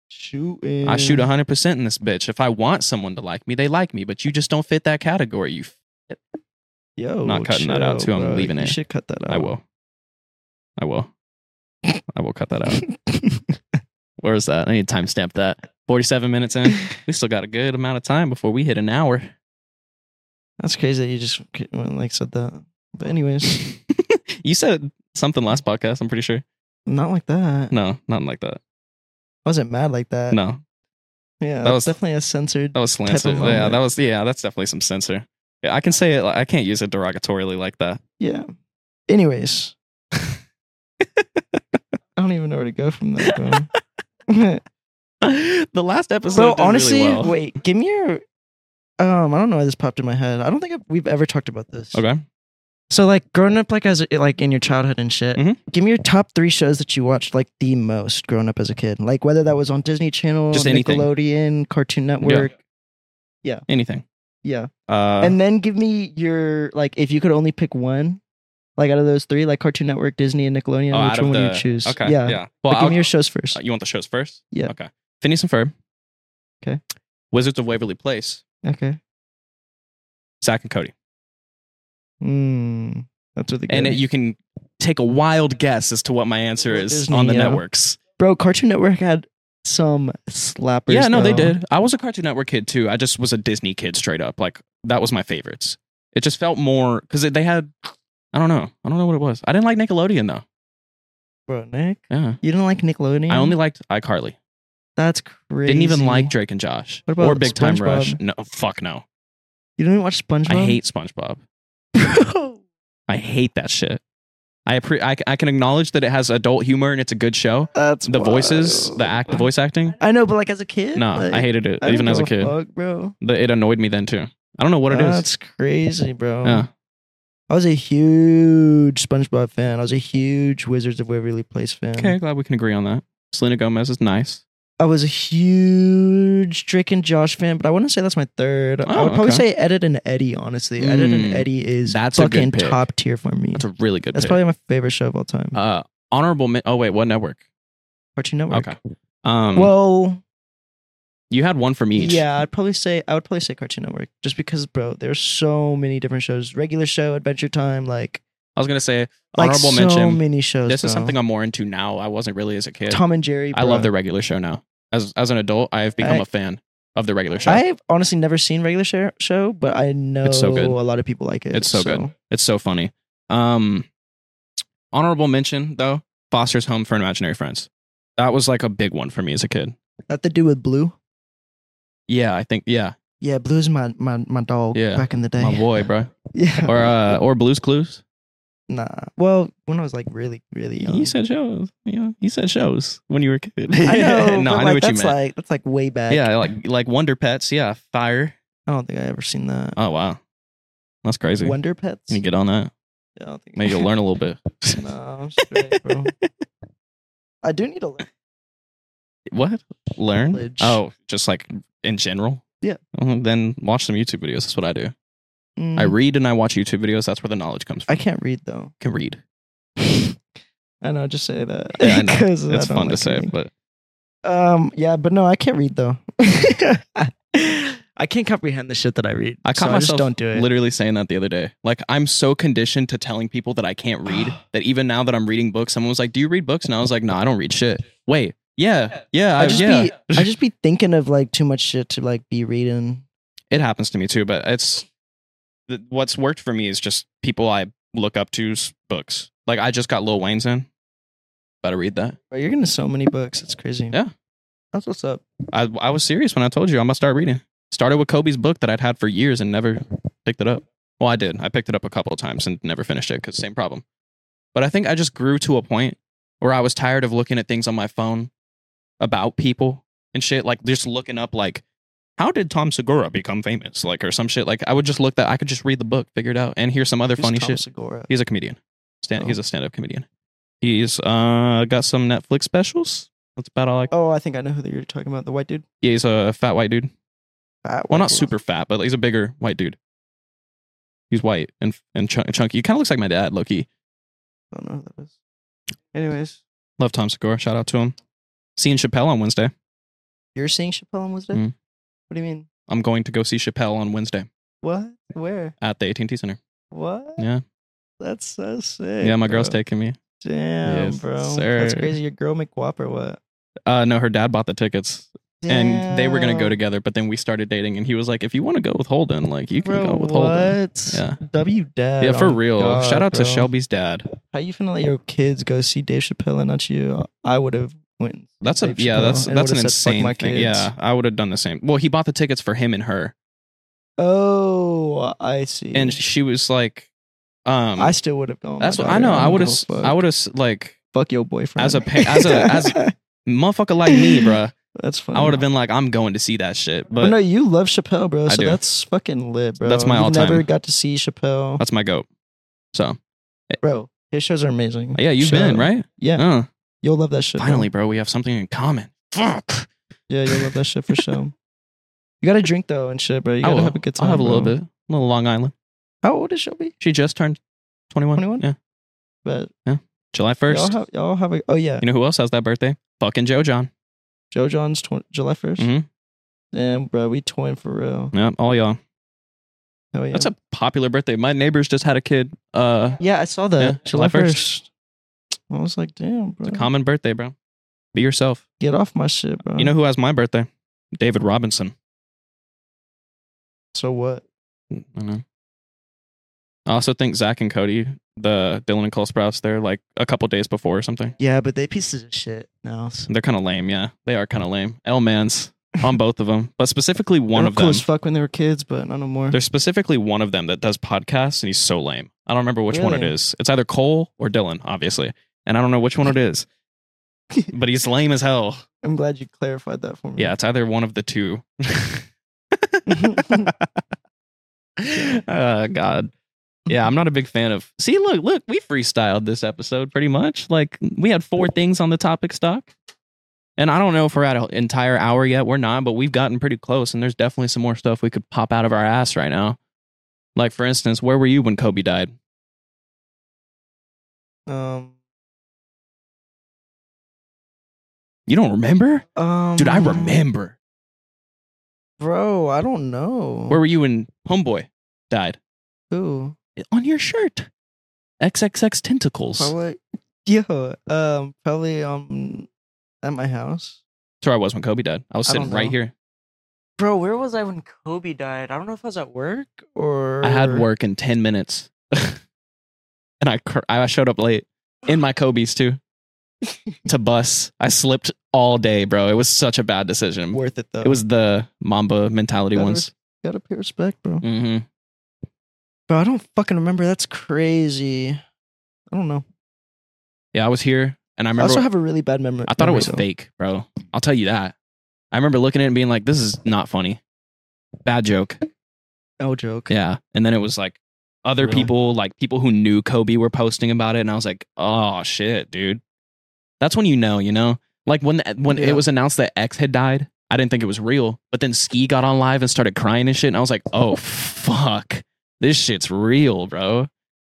shooting. I shoot 100% in this bitch. If I want someone to like me, they like me, but you just don't fit that category. You, f- Yo, Not cutting that out, chill, too. I'm bro. leaving you it. should cut that out. I will. I will. I will cut that out. Where is that? I need to timestamp that. 47 minutes in. We still got a good amount of time before we hit an hour. That's crazy that you just c- went, like said that. But anyways, you said something last podcast, I'm pretty sure. not like that. No, nothing like that. I wasn't mad like that. No, Yeah, That that was- Oh. was definitely a censored. that was slanted. of Yeah, moment. that was yeah, that's definitely some censor. Yeah, I can say it. like- I can't use it derogatorily like that. Yeah. Anyways, I don't even know where to go from that. Bro, the last episode. Bro, did really honestly, well. wait, give me your. Um, I don't know why this popped in my head. I don't think I've, we've ever talked about this. Okay, So, like, growing up, like as a- like in your childhood and shit, Mhm. give me your top three shows that you watched like the most growing up as a kid. Like whether that was on Disney Channel, Just anything. Nickelodeon, Cartoon Network. anything. Yeah. Uh, and then give me your like if you could only pick one, like out of those three, like Cartoon Network, Disney, and Nickelodeon, oh, out which of one would the- you choose? Okay, yeah. yeah. Well, But give I'll- me your shows first. uh, you want the shows first? Yeah. Okay. Phineas and Ferb. Okay. Wizards of Waverly Place. Okay. Zach and Cody. Mm, that's what the And it, you can take a wild guess as to what my answer Walt is Disney, on the yeah. networks. bro. Cartoon Network had some slappers. yeah, no, they bro. did. I was a Cartoon Network kid too. I just was a Disney kid straight up. Like that was my favorites. It just felt more because they had. I don't know. I don't know what it was. I didn't like Nickelodeon though. bro. Nick, Yeah, you didn't like Nickelodeon. I only liked iCarly. that's crazy. Didn't even like Drake and Josh What about or Big Time SpongeBob? Rush. No, fuck no. You didn't even watch SpongeBob. I hate SpongeBob. Bro. I hate that shit. I, appre- I c- I can acknowledge that it has adult humor and it's a good show. That's The voices, wild. the act, the voice acting. I know, but like as a kid, No, like, I hated it I even don't as a kid. give fuck, bro. The- It annoyed me then too. I don't know what it is. That's crazy, bro. Yeah. I was a huge SpongeBob fan. I was a huge Wizards of Waverly Place fan. Okay, glad we can agree on that. Selena Gomez is nice. I was a huge Drake and Josh fan, but I wouldn't say that's my third. I Oh, would probably okay. say Edit and Eddie, honestly. Edit Mm. and Eddie is That's a good fucking pick. top tier for me. That's That's, a really good. pick. probably my favorite show of all time. Uh, honorable. Men- oh wait, what network? Cartoon Network. Okay. Um, well, Well, you had one from each. yeah, I'd probably say I would probably say Cartoon Network just because, bro, there's so many different shows. Regular show, Adventure Time, like I was gonna say like honorable so mention. many shows. This is bro. something I'm more into now. I wasn't really as a kid. Tom and Jerry. I love bro. the regular show now. As as an adult, I have become I- a fan of the regular show. I've honestly never seen regular show, show but I know It's so good. a lot of people like it. It's so good. it's so funny. Um, honorable mention though, Foster's Home for Imaginary Friends. That was like a big one for me as a kid. That to do with Blue. Yeah, I think yeah, Yeah, Blue's my my my dog Yeah. back in the day. my boy, bro. Yeah. Or uh, or Blue's Clues. Nah. Well, when I was like really, really young. You said shows. Yeah, you said shows when you were a kid. I know. no, but I know like, what you that's meant. Like, that's like way back. yeah, like like Wonder Pets. Yeah, Fire. I don't think I ever seen that. Oh wow, that's crazy. Wonder Pets. Can you get on that? I don't think Maybe you'll learn a little bit. no, I'm straight, bro. I do need to learn. what? Learn? Knowledge. Oh, just like in general. Yeah. Well, then watch some YouTube videos. That's what I do. Mm, I read and I watch YouTube videos. That's where the knowledge comes from. I can't read though. I can read. I know. Just say that. Yeah, I know. 'Cause I It's don't fun to like say, reading. but Um. Yeah, but no, I can't read though. I can't comprehend the shit that I read. I caught so myself just don't do it. literally saying that the other day. Like I'm so conditioned to telling people that I can't read that even now that I'm reading books, someone was like, "Do you read books?" And I was like, "No, I don't read shit." Wait, yeah, yeah, I, I just yeah. be I just be thinking of like too much shit to like be reading. it happens to me too, but it's th- what's worked for me is just people I look up to's books. Like I just got Lil Wayne's in. Better read that. Bro, you're gonna so many books. It's crazy. Yeah. That's what's up. I I was serious when I told you I'm gonna start reading. Started with Kobe's book that I'd had for years and never picked it up. Well, I did. I picked it up a couple of times and never finished it because same problem. But I think I just grew to a point where I was tired of looking at things on my phone about people and shit. Like just looking up like how did Tom Segura become famous? Like or some shit. Like I would just look that I could just read the book, figure it out, and hear some other Who's funny Tom shit. Segura? He's a comedian. Stand, Oh. He's a stand-up comedian. He's uh got some Netflix specials. That's about all I. Oh, I think I know who you're talking about. The white dude. Yeah, he's a fat white dude. Fat Well, white not dude. super fat, but he's a bigger white dude. He's white and and chun- chunky. He kind of looks like my dad, Loki. I don't know who that is. Anyways, Love Tom Segura. Shout out to him. Seeing Chappelle on Wednesday. you're seeing Chappelle on Wednesday. Mm. What do you mean? I'm going to go see Chappelle on Wednesday What? Where? at the AT&T Center. What? Yeah, That's so sick. yeah. My girl's bro. taking me. Damn, Yes, bro. That's sir. crazy. Your girl McWhop or what? Uh, no, her dad bought the tickets, and they were gonna go Damn. together, but then we started dating, and he was like, "If you want to go with Holden, like you can Bro, go with Holden." what? Yeah. W dad. Yeah, for Oh, real. God, Shout out to bro. Shelby's dad. How you finna let your kids go see Dave Chappelle and not you? I would have went. That's a Dave yeah. Chappelle That's and that's an would've said, "Fuck insane my thing. kids. Yeah, I would have done the same. Well, he bought the tickets for him and her, Oh, I see. and she was like, um, I still would have gone. That's Oh my what I daughter. know. I don't would give have. a fuck. I would have like fuck your boyfriend As a pa- as a- as a- motherfucker like me, bruh. that's funny. I would have been like, I'm going to see that shit. But, But Oh, no, you love Chappelle, bro. I So do. that's fucking lit, bro. That's my You all-time. Never got to see Chappelle, that's my goat. So bro. His shows are amazing. yeah, you've Shout been out. right. Yeah, Uh, you'll love that shit. bro. finally, bro, we have something in common. Fuck. yeah, you'll love that shit for sure. You gotta drink though and shit, bro. I You gotta will. have a good time. I'll have a little bro. bit. A little Long Island. How old is Shelby? She just turned 21. 21? Yeah, But July y'all 1st. have, y'all have a. Oh yeah, you know who else has that birthday? Fucking Joe John. Joe John's tw- July 1st Mhm. Damn, bro, we twin for real. Yeah, all y'all. Hell yeah. That's a popular birthday. My neighbors just had a kid. Uh, yeah, I saw that Yeah, July July 1st. first. I was like, damn, bro, it's a common birthday, bro. Be yourself. get off my shit, bro. You know who has my birthday? David Robinson. so what? I know. I also think Zach and Cody, the Dylan and Cole Sprouse, they're like a couple days before or something. Yeah, but they pieces of shit now. so- They're kind of lame, yeah. They are kind of lame. L mans on both of them, but specifically one they were of cool them. as fuck when they were kids, but not no more. There's specifically one of them that does podcasts, and he's so lame. I don't remember which one it Really? is. It's either Cole or Dylan, obviously, and I don't know which one it is. but he's lame as hell. I'm glad you clarified that for me. Yeah, it's either one of the two. uh, God. Yeah, I'm not a big fan of. See, look, look, we freestyled this episode pretty much. Like, we had four things on the topic stock. And I don't know if we're at an entire hour yet. We're not, but we've gotten pretty close. And there's definitely some more stuff we could pop out of our ass right now. Like, for instance, where were you when Kobe died? um. You don't remember? Um. Dude, I remember. bro. I don't know. Where were you when Homeboy died? who? On your shirt. XXX Tentacles. Probably. Yeah. Um. Probably. Um. At my house, That's where I was when Kobe died. I was I sitting don't right know. here. bro. Where was I when Kobe died? I don't know if I was at work or I had work in 10 minutes. and I cr- I showed up late in my Kobe's too to bus. I slipped all day, bro. It was such a bad decision. Worth it though. It was the Mamba mentality Gotta ones. gotta pay respect, bro. hmm Bro, I don't fucking remember. That's crazy. I don't know. Yeah, I was here and I I, remember also have a really bad memory. I thought it was memory, fake, bro. I'll tell you that. I remember looking at it and being like, this is not funny. Bad joke. though. No Oh, joke. Yeah. And then it was like other Really? people, like people who knew Kobe were posting about it. And I was like, oh, shit, dude. That's when you know, you know? Like when, when Yeah. it was announced that X had died, I didn't think it was real. But then Ski got on live and started crying and shit. And I was like, oh, fuck. This shit's real, bro.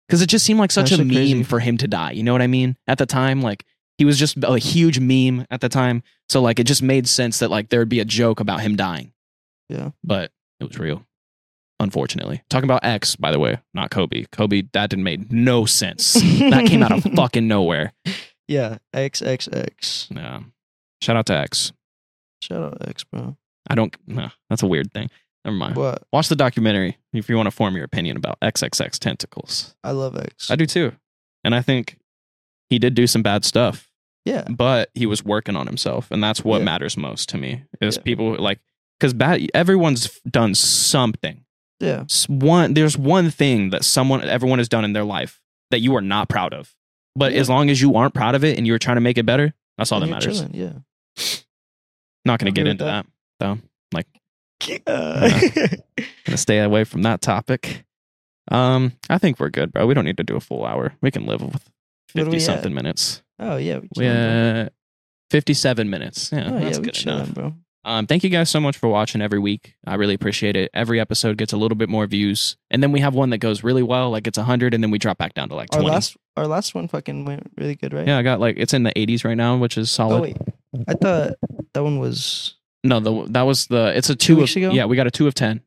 Because it just seemed like such That a shit meme crazy. for him to die. You know what I mean? At the time, like he was just a huge meme at the time. So like it just made sense that like there'd be a joke about him dying. Yeah. But it was real. Unfortunately. Talking about X, by the way, not Kobe. Kobe, that didn't make no sense. that came out of fucking nowhere. Yeah. XXX. Yeah. Shout out to X. Shout out X, bro. I don't nah, that's a weird thing. Never mind. What? Watch the documentary if you want to form your opinion about XXX tentacles. I love X. I do too. And I think he did do some bad stuff. yeah. but he was working on himself and that's what Yeah. matters most to me is Yeah. people like because bad everyone's f- done something Yeah. S- one there's one thing that someone everyone has done in their life that you are not proud of but Yeah. as long as you aren't proud of it and you're trying to make it better that's all And that you're matters chilling, Yeah. not gonna I'm get good with into that. that. though like Uh, gonna stay away from that topic um i think we're good bro we don't need to do a full hour we can live with What are 50 we something minutes oh yeah. We chilling, bro. yeah 57 minutes yeah Oh that's yeah. We good enough chilling, bro. Um, thank you guys so much for watching every week. I really appreciate it. Every episode gets a little bit more views, and then we have one that goes really well, like it's hundred, and then we drop back down to like Our twenty. last our last one fucking went really good, right? yeah, I got like it's in the eighties right now, which is solid. Oh wait, I thought that one was No, the that was the it's a two, weeks of, ago? Yeah, we got a two of ten,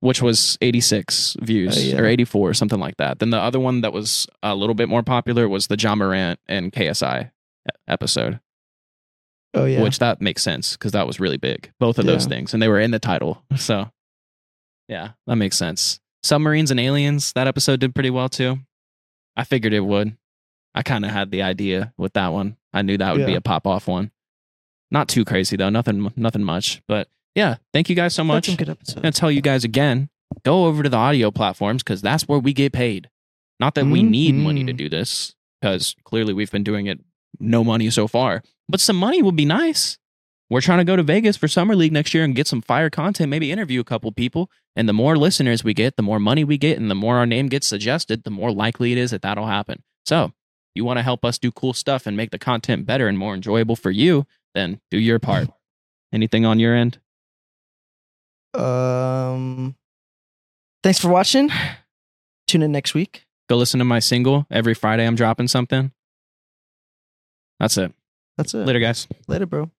which was eighty six views Oh, yeah. or eighty four or something like that. Then the other one that was a little bit more popular was the John Morant and KSI e- episode, oh yeah, which that makes sense because that was really big. Both of those Yeah. things, and they were in the title, so yeah, that makes sense. Submarines and aliens. That episode did pretty well too. I figured it would. I kind of had the idea with that one. I knew that would be Yeah. a pop off one. Not too crazy though. Nothing. Nothing much. But yeah, thank you guys so That's much. some I'm good episode. gonna tell you guys again. Go over to the audio platforms because that's where we get paid. Not that we need money to Mhm. do this because clearly we've been doing it no money so far. But some money would be nice. We're trying to go to Vegas for summer league next year and get some fire content. Maybe interview a couple people. And the more listeners we get, the more money we get, and the more our name gets suggested, the more likely it is that that'll happen. So, you want to help us do cool stuff and make the content better and more enjoyable for you, then do your part. Anything on your end? Um, thanks for watching. Tune in next week. Go listen to my single. Every Friday, I'm dropping something. That's it. That's it. Later, guys. Later bro.